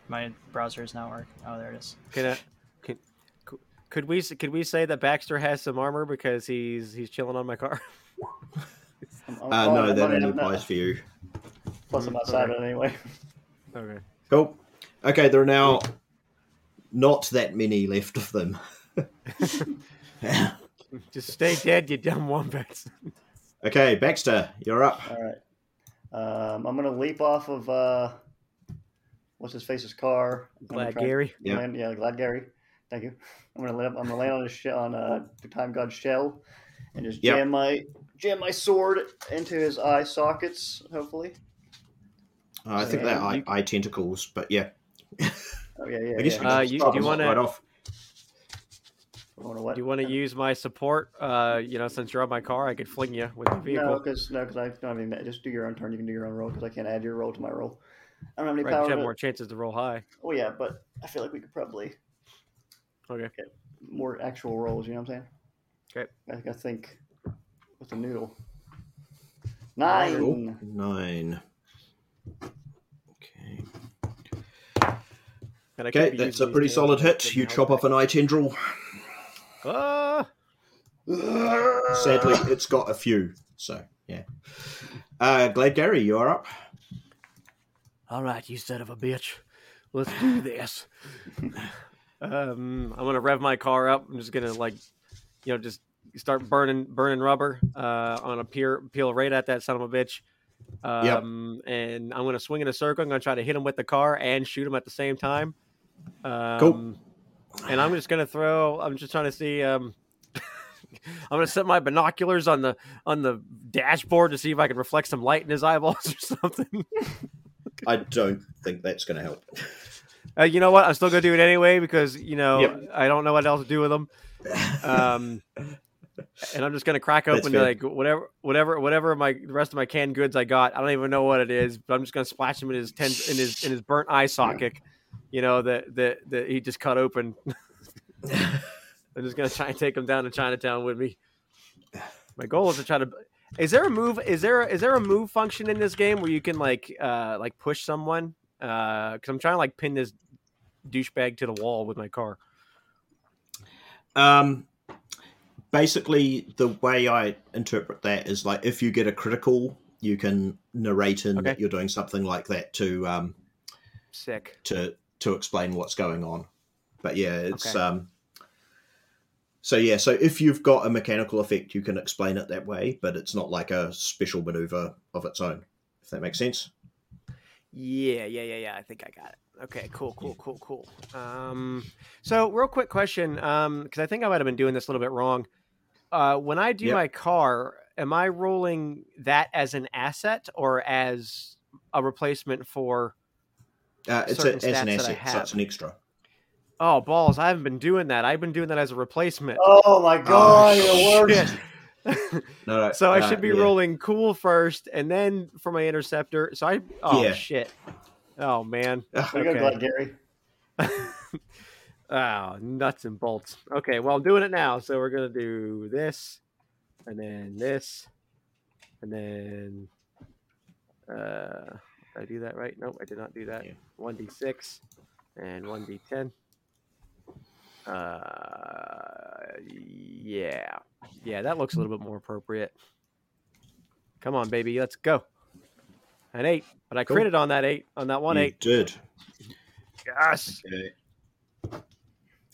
my browser is not working oh there it is
Can I, can, cou- could we s- could we say that Baxter has some armor because he's he's chilling on my car?
I'm- I'm
Uh,
calling
no,
it
that
money,
only
I'm not-
applies for you.
Plus, I'm outside it anyway.
Okay.
Cool. Okay, there are now not that many left of them.
Just stay dead, you dumb wombats.
Okay, Baxter, you're up.
All right. Um, I'm gonna leap off of uh, what's his face's car. I'm gonna
Glad
try and
Gary.
Yeah.
Land, yeah, glad Gary. Thank you. I'm gonna land. I'm gonna land on a shell on a time god shell, and just
Yep.
jam my jam my sword into his eye sockets. Hopefully.
Uh, I think
Yeah,
they're eye, eye tentacles, but yeah.
Oh yeah, yeah.
I guess
yeah.
we
Uh,
can
you-
stop
do you
them
wanna-
right off.
I wanna what?
Do you want to use my support? Uh, you know, since you're on my car, I could fling you with the vehicle.
No, because no, because I don't have any. ma- Just do your own turn. You can do your own roll because I can't add your roll to my roll. I don't have any
right,
power.
you have
to-
more chances to roll high.
Oh yeah, but I feel like we could probably
Okay.
get more actual rolls. You know what I'm saying?
Okay.
I think I think with the noodle nine.
Cool. Nine. Okay,
And I could
okay
be
that's
using
a
these
pretty
hands
solid
to
hit.
get
You
my
chop
health
off an eye tendril.
back. Ah!
Sadly, it's got a few, so yeah. Uh, Glad Gary, you are up.
All right, you son of a bitch. Let's do this. um, I'm gonna rev my car up. I'm just gonna like, you know, just start burning burning rubber uh, on a pier, peel right at that son of a bitch.
Yep.
Um, and I'm gonna swing in a circle. I'm gonna try to hit him with the car and shoot him at the same time. Um, And I'm just gonna throw. I'm just trying to see. Um, I'm gonna set my binoculars on the on the dashboard to see if I can reflect some light in his eyeballs or something.
I don't think that's going to help.
Uh, you know what? I'm still gonna do it anyway because you know
Yep.
I don't know what else to do with them. Um, and I'm just gonna crack
That's
open
fair.
like whatever, whatever, whatever my the rest of my canned goods I got. I don't even know what it is, but I'm just gonna splash him in his ten, in his in his burnt eye socket. You know that that that he just cut open. I'm just gonna try and take him down to Chinatown with me. My goal is to try to. Is there a move? Is there is there a move function in this game where you can like uh like push someone? Because I'm trying to like pin this douchebag to the wall with my car.
Um, basically, the way I interpret that is like if you get a critical, you can narrate in that
Okay.
you're doing something like that to um,
Sick.
to to explain what's going on. But yeah, it's
Okay.
um. So yeah, so if you've got a mechanical effect, you can explain it that way, but it's not like a special maneuver of its own. If that makes sense.
Yeah, yeah, yeah, yeah. I think I got it. Okay, cool, cool, cool, cool. Um, so real quick question, um, because I think I might have been doing this a little bit wrong. Uh, when I do
Yep.
my car, am I rolling that as an asset or as a replacement for?
Uh, it's a,
Certain
as an
stats that I
asset, so
have.
it's an extra.
Oh balls! I haven't been doing that. I've been doing that as a replacement.
Oh my god,
Oh,
you're the
shit.
worst.
No, no,
so I
uh,
should be
yeah.
rolling cool first, and then for my interceptor. So I. Oh
Yeah.
shit! Oh man.
Way to go, Glad Gary.
Oh, nuts and bolts. Okay, well, I'm doing it now. So we're going to do this, and then this, and then. Uh, did I do that right? Nope, I did not do that.
Yeah.
1d6 and 1d10. Uh, yeah. Yeah, that looks a little bit more appropriate. Come on, baby. Let's go. An eight, but I
Cool.
critted on that eight, on that one
You
eight.
did.
Yes.
Okay.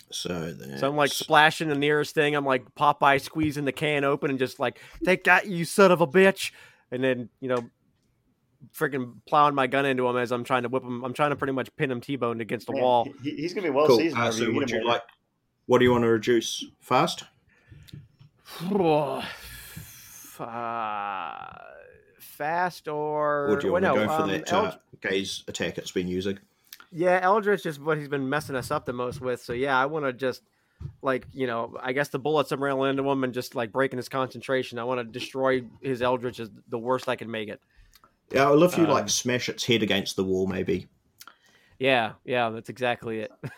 So then.
So I'm like splashing the nearest thing. I'm like Popeye squeezing the can open and just like, take that, you son of a bitch. And then, you know, freaking plowing my gun into him as I'm trying to whip him. I'm trying to pretty much pin him T boned against the
Man,
wall.
he- he's gonna be well
cool.
seasoned.
Uh,
whenever
so
you
would
eat him
you
later.
like? What do you want to reduce? Fast.
Uh, fast or.
Or do you
well,
want to
no,
go for
um,
that
Eld-
uh, gaze attack it's been using?
Yeah, Eldritch is what he's been messing us up the most with. So yeah, I want to just like you know, I guess the bullets I'm railing into him and just like breaking his concentration. I want to destroy his Eldritch is the worst I can make it.
Yeah, well, if you
Um,
like smash its head against the wall, maybe.
Yeah, yeah, that's exactly it. And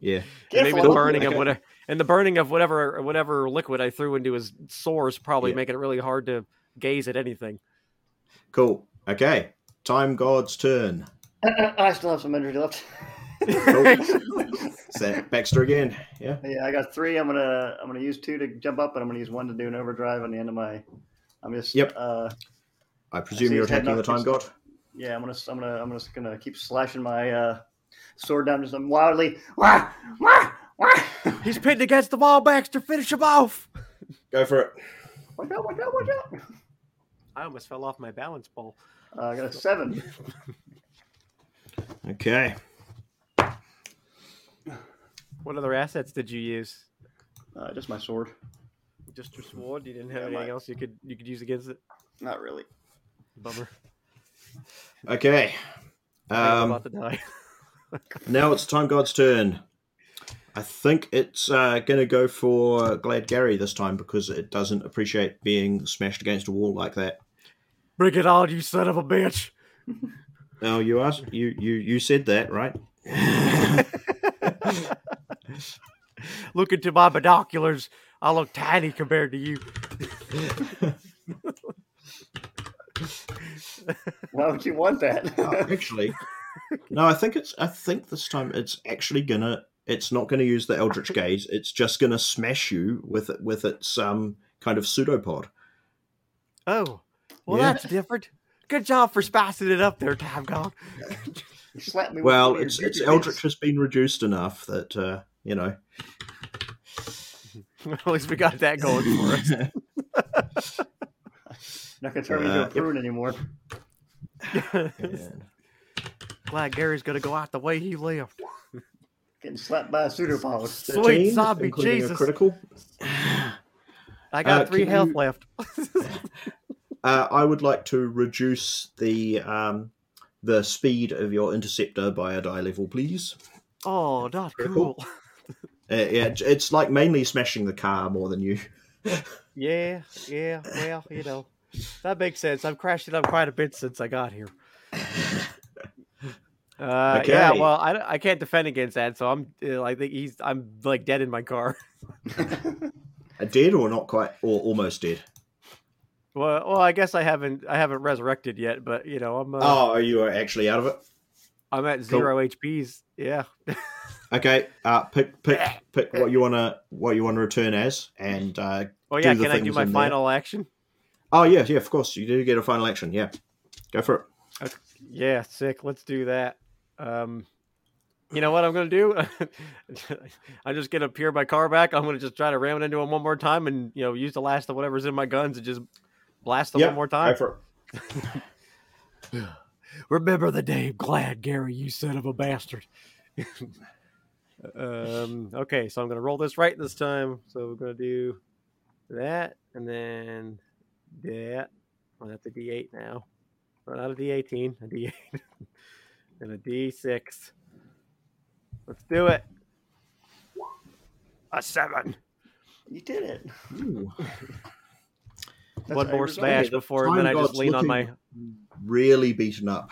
Yeah.
maybe
Careful,
the
Cool.
burning of
Okay.
whatever and the burning of whatever whatever liquid I threw into his sores probably
Yeah.
making it really hard to gaze at anything.
Cool. Okay. Time God's turn.
I still have some energy left.
Cool. so Baxter again. Yeah.
Yeah, I got three. I'm gonna I'm gonna use two to jump up, and I'm gonna use one to do an overdrive on the end of my. I'm just.
Yep.
Uh,
I presume
see
you're
his head
attacking the Time God.
knocked yeah, I'm gonna I'm gonna I'm just gonna keep slashing my uh, sword down just wildly. Wah, wah, wah.
He's pinned against the wall, Baxter. Finish him off.
Go for it.
Watch out! Watch out! Watch out!
I almost fell off my balance pole.
Uh, I got a seven.
Okay.
What other assets did you use?
Uh, just my sword.
Just your sword. You didn't have
Yeah, my-
anything else you could you could use against it.
Not really.
Bummer.
Okay.
I'm
Um,
about to die.
now it's Time God's turn. I think it's uh, going to go for Glad Gary this time because it doesn't appreciate being smashed against a wall like that.
Bring it on, you son of a bitch.
No, you asked. You you you said that right?
Look into my binoculars. I look tiny compared to you.
Why would you want that?
Uh, actually, no. I think it's. I think this time it's actually gonna. It's not gonna use the Eldritch Gaze. It's just gonna smash you with it with its um kind of pseudopod.
Oh, well,
Yeah.
that's different. Good job for spicing it up there, Time God.
you slapped me. with
Well,
one of your
it's
goofy
it's
fists.
Eldritch has been reduced enough that uh, you know.
At least we got that going for us.
Not gonna turn me into
Uh,
a
yep.
prune anymore.
And-
Glad Gary's going to go out the way he left.
Getting slapped by a pseudopod.
13,
zombie
including a
Jesus.
critical.
I got
Uh,
three
can
health
you-
left.
Uh, I would like to reduce the um the speed of your interceptor by a die level, please.
Oh, not
Critical?
cool.
Uh, yeah, it's- it's like mainly smashing the car more than you.
Yeah, yeah. Well, you know, that makes sense. I've crashed it up quite a bit since I got here. Uh, Yeah,
Okay.
well, I, I can't defend against that, so I'm uh, I think he's I'm like dead in my car.
Uh, Dead or not quite, or almost dead.
Well, well, I guess I haven't I haven't resurrected yet, but you know I'm uh,
Oh, you are actually out of it.
I'm at zero HPs. Yeah,
Okay, uh, pick pick pick what you wanna what you wanna return as, and uh,
Oh
do
yeah,
the
can I do
things
my
in there.
final action?
oh yeah, yeah, of course you do get a final action. Yeah, go for it.
Yeah, sick. Let's do that. Um, you know what I'm gonna do? I'm just gonna peer my car back. I'm gonna just try to ram it into him one more time, and you know, use the last of whatever's in my guns and just blast them
Yeah,
one more
Go
time.
for
Remember the name, Glad Gary, you son of a bastard. um, okay, so I'm gonna roll this right this time. So we're gonna do that, and then that. Well, that's a D8 now. Well, not a D18, a D8, and a D6. Let's do it. A seven.
You did it.
it. Ooh,
That's
One
how you
more
resolve
smash
Okay, the
before, and then I
time
just
god's
lean on
looking-
my.
really beaten up.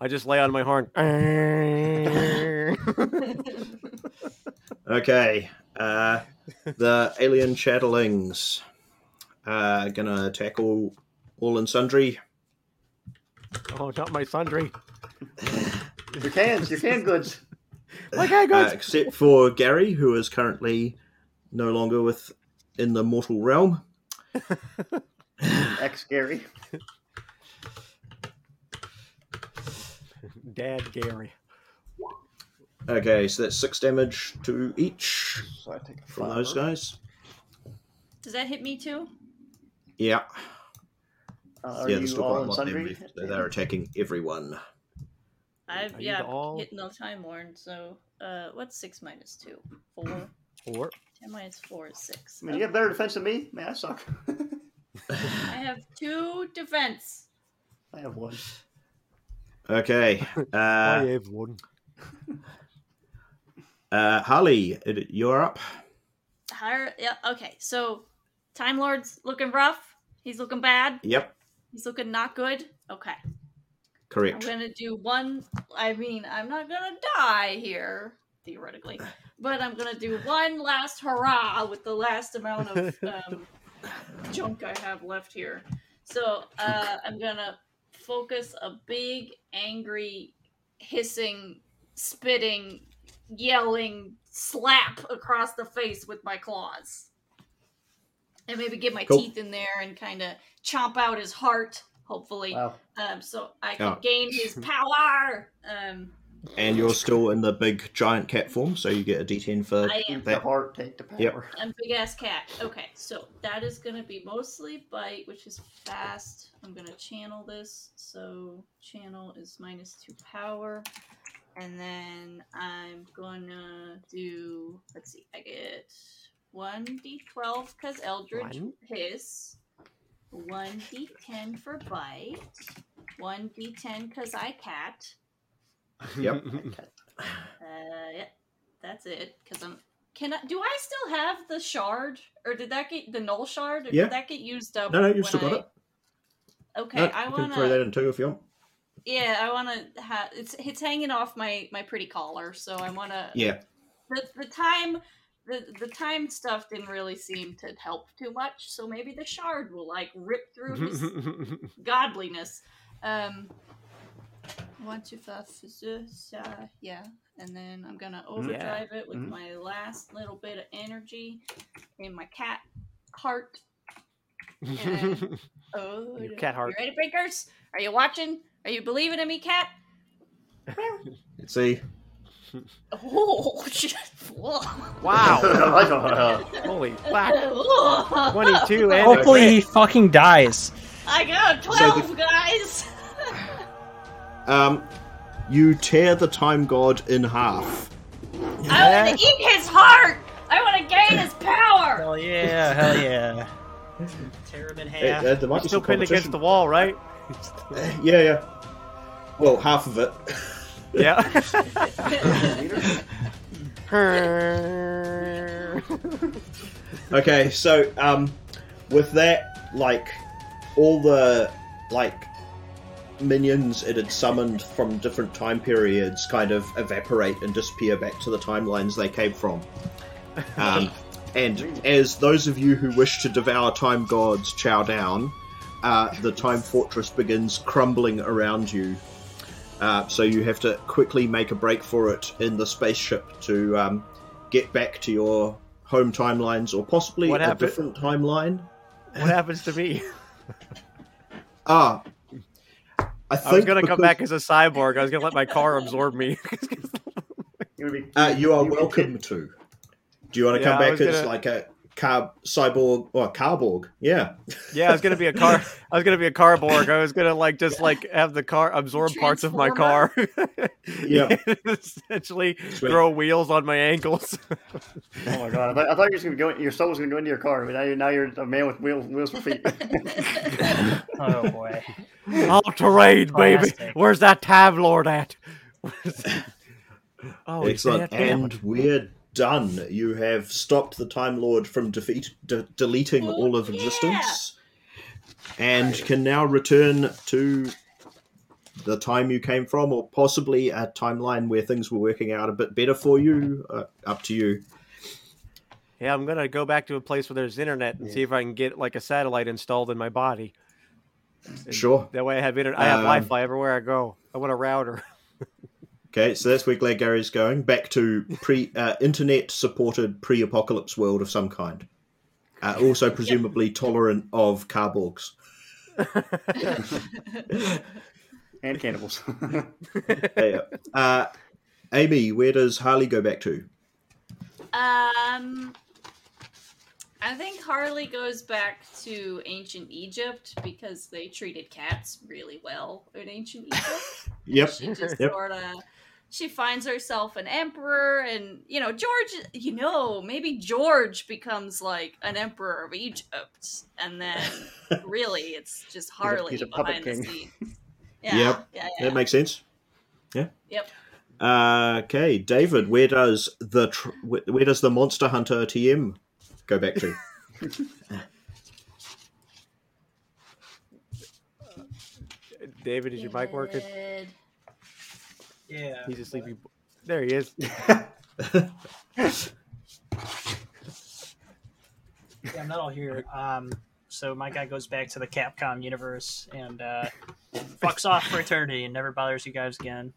I just lay on my horn.
Okay, uh, the alien chatterlings uh, gonna tackle all and sundry.
oh, not my sundry.
it. Your cans, your canned goods.
Like I
Uh,
got
except for Gary, who is currently no longer with in the mortal realm.
Ex Gary.
Dad Gary.
Okay, so that's six damage to each
So I take a
from those
fiver.
guys.
Does that hit me too?
Yeah,
Uh, are
yeah, there's
you
still
all
quite a
in
lot of them
sundry?
left. So they're attacking everyone.
I've
Are you
yeah
the all-
hit no time lord. So uh, what's six minus two? Four. Ten
Or
minus four is six.
I mean, you have better defense than me. Man, I suck.
I have two defense.
I have one.
Okay,
Oh,
uh,
have one.
uh, Harley, it- you're up.
Higher. Yeah. Okay. So time lord's looking rough. He's looking bad.
Yep,
He's looking not good. Okay. I'm
correct.
gonna do one. I mean, I'm not gonna die here theoretically, but I'm gonna do one last hurrah with the last amount of um, junk I have left here. So uh, I'm gonna focus a big, angry, hissing, spitting, yelling slap across the face with my claws, and maybe get my
Cool.
teeth in there and kind of chomp out his heart. Hopefully,
Wow.
um, so I can
Oh.
gain his power. Um,
And you're still in the big giant cat form, so you get a d10 for.
I am.
Keep the heart, take the power.
Yep.
I'm big ass cat. Okay, so that is gonna be mostly bite, which is fast. I'm gonna channel this. So channel is minus two power, and then I'm gonna do. Let's see. I get one d12 because Eldritch
One.
hiss. One d10 for bite. One d10 because I cat.
Yep.
Uh, yeah, that's it. Cause I'm. Can I? Do I still have the shard, or did that get the null shard? Or
Yeah.
Did that get used up?
No, no,
when
you've still got
I-
it.
Okay,
No,
I
you can throw that
wanna.
in too if you want.
Yeah, I wanna have. It's it's hanging off my my pretty collar, so I wanna.
Yeah,
The, the time, the the time stuff didn't really seem to help too much. So maybe the shard will like rip through his godliness. Um, one, two, five, six, uh, yeah. And then I'm gonna overdrive it with
Mm-hmm.
Mhm.
my last little bit of energy in my cat heart. Oh,
Your
no.
cat heart.
You ready, Brinkers? Are you watching? Are you believing in me, cat?
let's see.
Oh shit! Whoa.
wow.
I don't know.
Holy fuck.
Whoa.
22 and
Oh,
a
Hopefully he
crit.
fucking dies.
I got a
So
twelve,
the-
guys.
Um, you tear the time god in half.
I want to eat his heart. I want to gain his power.
Hell yeah, hell yeah. Tear him in half.
Hey, uh, there might be
Still
some
pinned against
competition.
the wall, right?
Yeah, yeah. Well, half of it.
Yeah.
Okay, so um, with that, like all the like minions it had summoned from different time periods kind of evaporate and disappear back to the timelines they came from. Um, And as those of you who wish to devour time gods chow down, uh, the time fortress begins crumbling around you. Uh, so you have to quickly make a break for it in the spaceship to um, get back to your home timelines or possibly
What
a
happened?
different timeline.
What happens to me?
Ah, I think
I was gonna
because,
come back as a cyborg. I was gonna let my car absorb me.
You would be-
Uh, you are
would be
welcome
kidding.
to. Do you want to
Yeah,
come
I
back
was
as
gonna-
like a car cyborg or carborg? Yeah.
yeah, I was gonna be a car. I was gonna be a carborg. I was gonna like just like have the car absorb parts of my car.
Yeah.
essentially
Sweet.
grow wheels on my ankles.
Oh my god! I thought, I thought you were just gonna go. in- Your soul was gonna go into your car, but now you're now you're a man with wheels, wheels for feet.
Oh boy.
All terrain, baby.
Plastic.
Where's that Tav Lord at? oh, he's
Excellent.
dead, damn
And
it.
we're done. You have stopped the Time Lord from defeat, de- deleting
Well,
all of
yeah.
existence, and can now return to the time you came from, or possibly a timeline where things were working out a bit better for you. Uh, up to you.
yeah, I'm gonna go back to a place where there's internet and see if I can get like a satellite installed in my body. And
Sure.
That way, I have internet. I have
Um,
Wi-Fi everywhere I go. I want a router.
Okay, so that's where Glad Gary's going back to pre uh, internet supported pre apocalypse world of some kind. Uh, also, presumably tolerant of carborgs.
and cannibals. Oh
Yeah. Uh, Amy, where does Harley go back to?
Um, I think Harley goes back to ancient Egypt because they treated cats really well in ancient Egypt.
Yep.
She just
Yep.
sort of she finds herself an emperor, and you know George. You know, maybe George becomes like an emperor of Egypt, and then really it's just Harley
he's a puppet
behind
king.
the scenes. Yeah,
Yep.
yeah, yeah.
That makes sense. Yeah.
Yep.
Uh, okay, David, where does the tr- where where does the Monster Hunter TM go back to?
David, is your mic working?
Good.
Yeah.
He's a sleepy. bo- There he is.
Yeah, I'm not all here. Um, so my guy goes back to the Capcom universe and uh, fucks off for eternity and never bothers you guys again.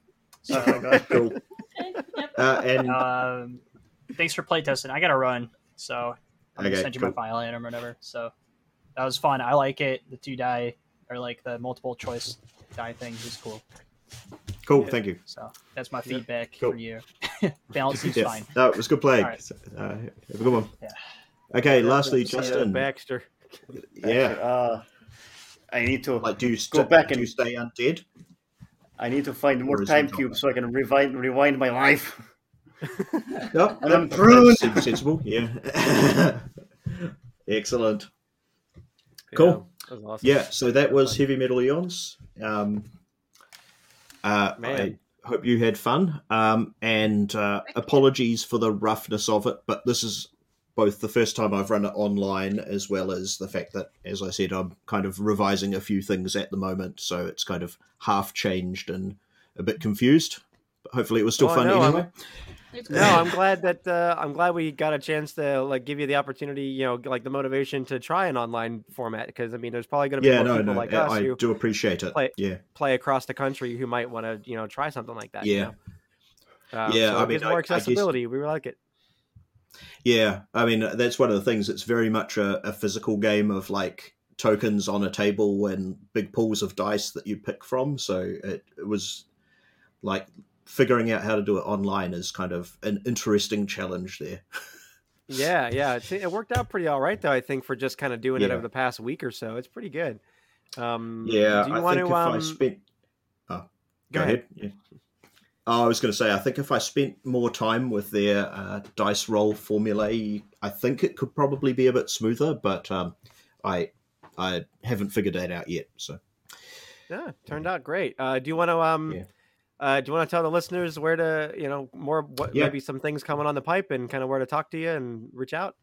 oh my god!
cool.
Okay, yep.
Uh, and
Um, thanks for playtesting. I gotta run, so I
Okay,
sent you my
cool.
file item or whatever. So that was fun. I like it. The two die or like the multiple choice die thing is cool.
cool, thank you.
So that's my feedback
Cool.
for you. Balance is
Yeah,
fine.
No, it was good playing.
All right.
Uh, have a good one.
Yeah.
Okay, lastly,
So,
Yeah,
Justin.
Baxter.
Yeah.
Uh, I need to.
Like, do you
Go
st-
back
do
and-
you stay undead?
I need to find more
is he
time
not?
cubes so I can rewind rewind my life.
Yep.
And I'm pruned.
Seems sensible. Yeah. Excellent. Cool.
Yeah, that was awesome.
Yeah, so that was Heavy Metal Eons. Um, uh,
Man.
I hope you had fun. Um, and uh, apologies for the roughness of it, but this is both the first time I've run it online as well as the fact that, as I said, I'm kind of revising a few things at the moment. So it's kind of half changed and a bit confused. But hopefully it was still
Oh, I
fun
know, I'm-
anyway.
It's
No, I'm glad that uh, I'm glad we got a chance to like give you the opportunity, you know, like the motivation to try an online format because I mean, there's probably going to be
yeah,
more
no,
people
no.
like
I,
us
I
who
do appreciate it.
play-
yeah.
play across the country who might want to, you know, try something like that. you
Yeah.
know? Uh,
Yeah,
so
I
it gives
mean, I-
more
I guess-
accessibility. We like it.
Yeah, I mean that's one of the things. It's very much a, a physical game of like tokens on a table and big pools of dice that you pick from. So it, it was like figuring out how to do it online is kind of an interesting challenge there.
Yeah, yeah, it's, it worked out pretty all right though. I think for just kind of doing it
Yeah.
over the past week or so, it's pretty good. Um,
Yeah,
do you
I
want
think
to?
if
Um,
I spent, oh,
go
go
ahead.
ahead. Yeah. Oh, I was going to say, I think if I spent more time with their uh, dice roll formulae, I think it could probably be a bit smoother. But um, I, I haven't figured that out yet. So.
Yeah, turned out great. Uh, do you want to? Um,
Yeah.
uh, do you want to tell the listeners where to, you know, more what
Yeah.
maybe some things coming on the pipe and kind of where to talk to you and reach out?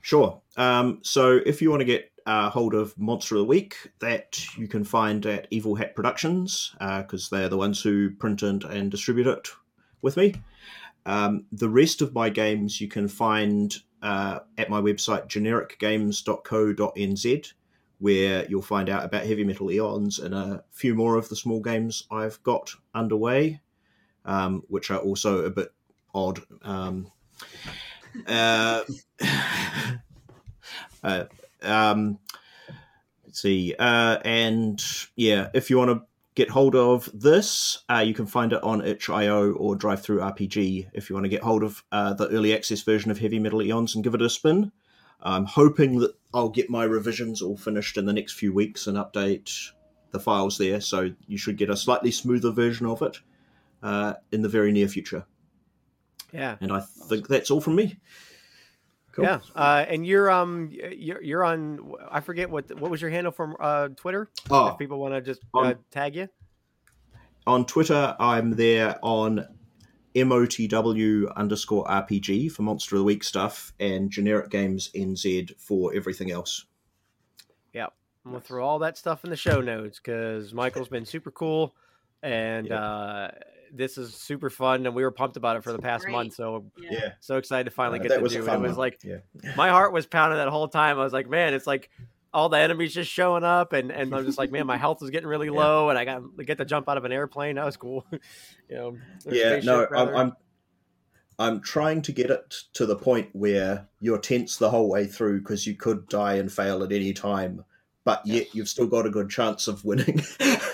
Sure. Um, so if you want to get uh, hold of Monster of the Week, that you can find at Evil uh, Hat Productions because they're the ones who print and, and distribute it with me. Um, the rest of my games you can find uh, at my website, genericgames.co.nz, where you'll find out about Heavy Metal Eons and a few more of the small games I've got underway, um, which are also a bit odd. Um, uh, uh, um, let's see. Uh, and yeah, if you want to get hold of this, uh, you can find it on itch.io or drive through RPG if you want to get hold of uh, the early access version of Heavy Metal Eons and give it a spin. I'm hoping that I'll get my revisions all finished in the next few weeks and update the files there, so you should get a slightly smoother version of it uh, in the very near future.
Yeah.
And I think that's all from me. Cool.
Yeah. Uh, and you're um you're you're on I forget what what was your handle from uh, Twitter?
Oh,
if people want to just
um,
uh, tag you.
on Twitter, I'm there on MOTW underscore RPG for Monster of the Week stuff and Generic Games NZ for everything else.
I'm gonna throw all that stuff in the show notes because Michael's been super cool, and uh, this is super fun, and we were pumped about it for the past
Great.
month. So
Yeah.
Yeah.
so excited to finally
Uh,
get
that
to
was a
do it. It
fun
was
one.
like
Yeah.
my heart was pounding that whole time. I was like, man, it's like all the enemies just showing up, and and I'm just like, man, my health is getting really
Yeah.
low, and I got get to jump out of an airplane. That was cool. you know, or
yeah
spaceship,
no I'm,
rather.
I'm i'm trying to get it to the point where you're tense the whole way through because you could die and fail at any time but yet you've still got a good chance of winning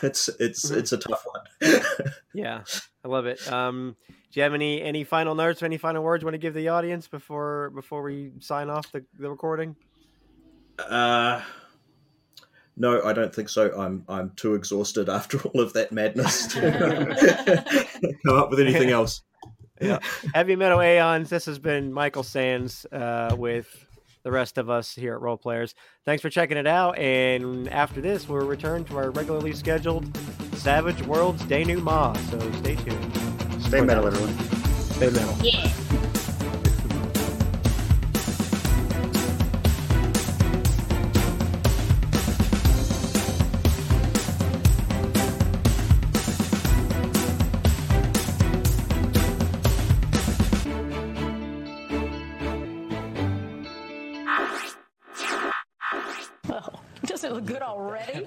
it's it's
Mhm.
it's a tough one
yeah, I love it. Um, do you have any any final notes or any final words you want to give the audience before before we sign off the, the recording?
uh no i don't think so i'm i'm too exhausted after all of that madness to come up with anything else
Heavy Metal Aeons. This has been Michael Sands uh, with the rest of us here at Role Players. Thanks for checking it out. And after this, we'll return to our regularly scheduled Savage Worlds denouement. So stay tuned.
Stay metal, everyone.
Stay metal.
yeah.
Doesn't it look good already?